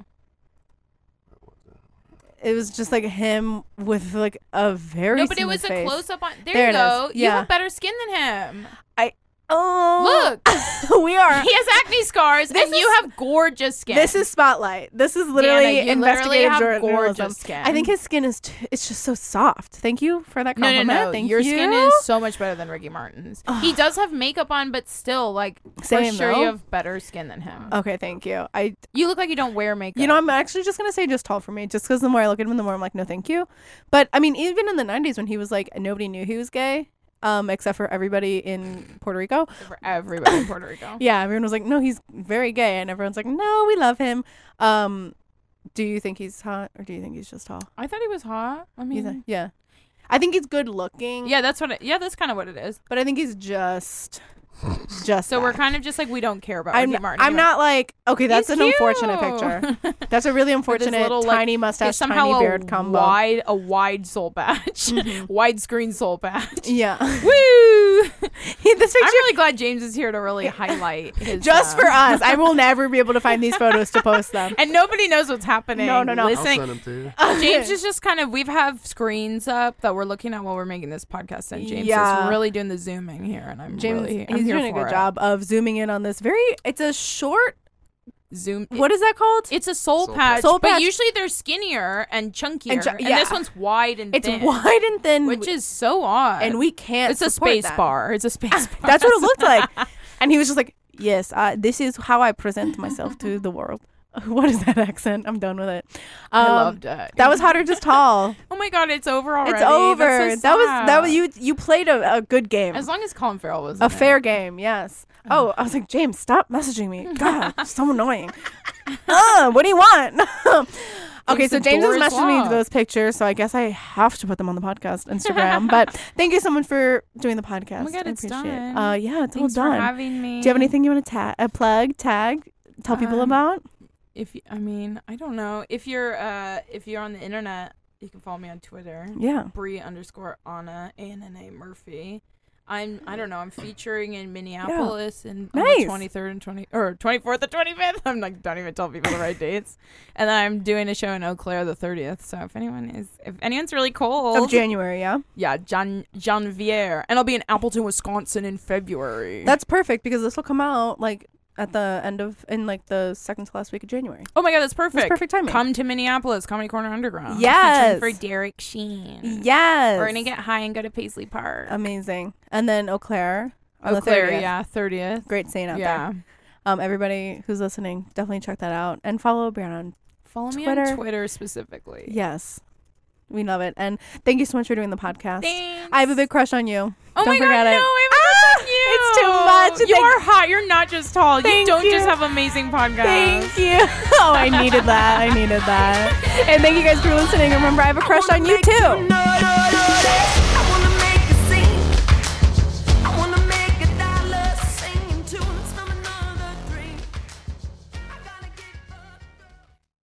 A: it was just like him with like a very.
C: No, but it was
A: smooth face.
C: a close up on. There,
A: There
C: you
A: it
C: go.
A: is.
C: You
A: Yeah.
C: have better skin than him.
A: Oh,
C: Look,
A: look, we are.
C: he has acne scars,
A: This
C: and you
A: is-
C: have gorgeous skin.
A: This is spotlight. This is literally
C: Dana, you literally
A: investigative
C: have
A: jour-
C: gorgeous
A: journalism.
C: skin.
A: I think his skin is t- it's just so soft. Thank you for that
C: no, no,
A: compliment.
C: no.
A: Thank
C: Your
A: you.
C: skin is so much better than Ricky Martin's. he does have makeup on, but still, like,
A: Same,
C: for sure,
A: though.
C: you have better skin than him.
A: Okay, thank you. I,
C: you look like you don't wear makeup.
A: you know, I'm actually just gonna say just tall for me, just because the more I look at him, the more I'm like, no, thank you. But I mean, even in the '90s when he was like, nobody knew he was gay, um, except for everybody in Puerto Rico.
C: for everybody in Puerto Rico.
A: Yeah, everyone was like, no, he's very gay, and everyone's like, no, we love him. Um, do you think he's hot, or do you think he's just tall?
C: I thought he was hot. I
A: You
C: mean,
A: think- yeah, I think he's good looking.
C: yeah, that's what. It, yeah, that's kind of what it is.
A: but I think he's just, just.
C: So we're
A: that.
C: kind of just like we don't care about
A: I'm,
C: Ricky Martin.
A: I'm
C: anymore.
A: not like okay. That's
C: He's
A: an unfortunate
C: cute.
A: picture. That's a really
C: With his
A: unfortunate
C: little, like-
A: tiny
C: There's
A: mustache,
C: somehow
A: tiny
C: a
A: beard combo. Mm-hmm.
C: wide a wide soul patch, wide screen soul patch.
A: Yeah.
C: Woo!
A: this
C: I'm
A: picture
C: really glad James is here to really highlight his
A: just
C: uh,
A: for us. I will never be able to find these photos to post them.
C: and nobody knows what's happening.
A: No, no, no.
E: I'll
C: Listening.
E: send him to you.
C: James is just kind of we've have screens up that we're looking at while we're making this podcast, and James
A: Yeah.
C: is really doing the zooming here, and I'm
A: James,
C: really I'm
A: he's
C: here
A: doing a
C: for
A: good
C: it.
A: job of zooming in on this very. It's a short.
C: Zoom.
A: What is that called?
C: It's a soul,
E: Soul
C: patch,
E: patch.
A: Soul
C: but
A: patch.
C: usually they're skinnier and chunkier,
A: And
C: and,
A: ju- yeah.
C: this one's wide and
A: It's
C: thin,
A: wide and thin,
C: which is so odd.
A: and we can't.
C: it's a
A: support
C: space
A: that.
C: bar. It's a space bar.
A: That's what it looked like. And he was just like, "Yes, uh, this is how I present myself to the world." What is that accent? I'm done with it.
C: I
A: Um,
C: loved it.
A: That was hotter, just tall.
C: Oh my god, it's over already.
A: It's over.
C: That's so
A: that was that was
C: sad.
A: you. You played a, a good game,
C: As long as Colin Farrell was
A: a
C: in it.
A: fair game. Yes. Oh, I was like, James, stop messaging me. God, it's so annoying. uh, what do you want? okay,
C: Thinks
A: so
C: the
A: James
C: door
A: has
C: is
A: messaged me
C: locked.
A: those pictures, so I guess I have to put them on the podcast Instagram. but thank you so much for doing the podcast.
C: God,
A: I
C: it's
A: appreciate
C: done.
A: It. Uh, yeah, it's
C: Thanks
A: all
C: for
A: done.
C: having me.
A: Do you have anything you want to ta- uh, plug, tag, tell people
C: Um,
A: about?
C: If you, I mean, I don't know. If you're uh, if you're on the internet, you can follow me on Twitter,
A: Yeah.
C: Bree underscore Anna A N N A Murphy. I'm I don't know. I'm featuring in Minneapolis and on
A: Nice.
C: the 23rd and 20 or 24th and 25th. I'm like don't even tell people the right dates. And then I'm doing a show in Eau Claire the 30th. So if anyone is if anyone's really cold,
A: of January, yeah.
C: yeah, Jan Janvier, and I'll be in Appleton, Wisconsin in February.
A: That's perfect because this will come out like at the end of in like the second to last week of January.
C: oh my god, that's perfect.
A: That's perfect timing.
C: Come to Minneapolis, Comedy Corner Underground.
A: Yes.
C: Featuring for Derek Sheen.
A: Yes.
C: We're gonna get high and go to Paisley Park.
A: amazing. And then Eau Claire on
C: Eau
A: the
C: Claire,
A: 30th.
C: yeah, 30th.
A: Great scene out there.
C: Yeah.
A: Um, everybody who's listening, definitely check that out and follow Brianna on
C: Follow me
A: Twitter.
C: on Twitter specifically.
A: Yes. We love it. And thank you so much for doing the podcast.
C: Thanks.
A: I have a big crush on you.
C: Oh
A: Don't
C: my
A: forget
C: god,
A: it. Ah!
C: no, I have a crush on you.
A: it's too much.
C: You
A: Thank-
C: are hot. You're not just tall. You
A: Thank
C: don't
A: you.
C: just have amazing podcasts.
A: Thank you. Oh, I needed that. I needed that. And thank you guys for listening. Remember, I have a crush on you too.
B: no, no, no.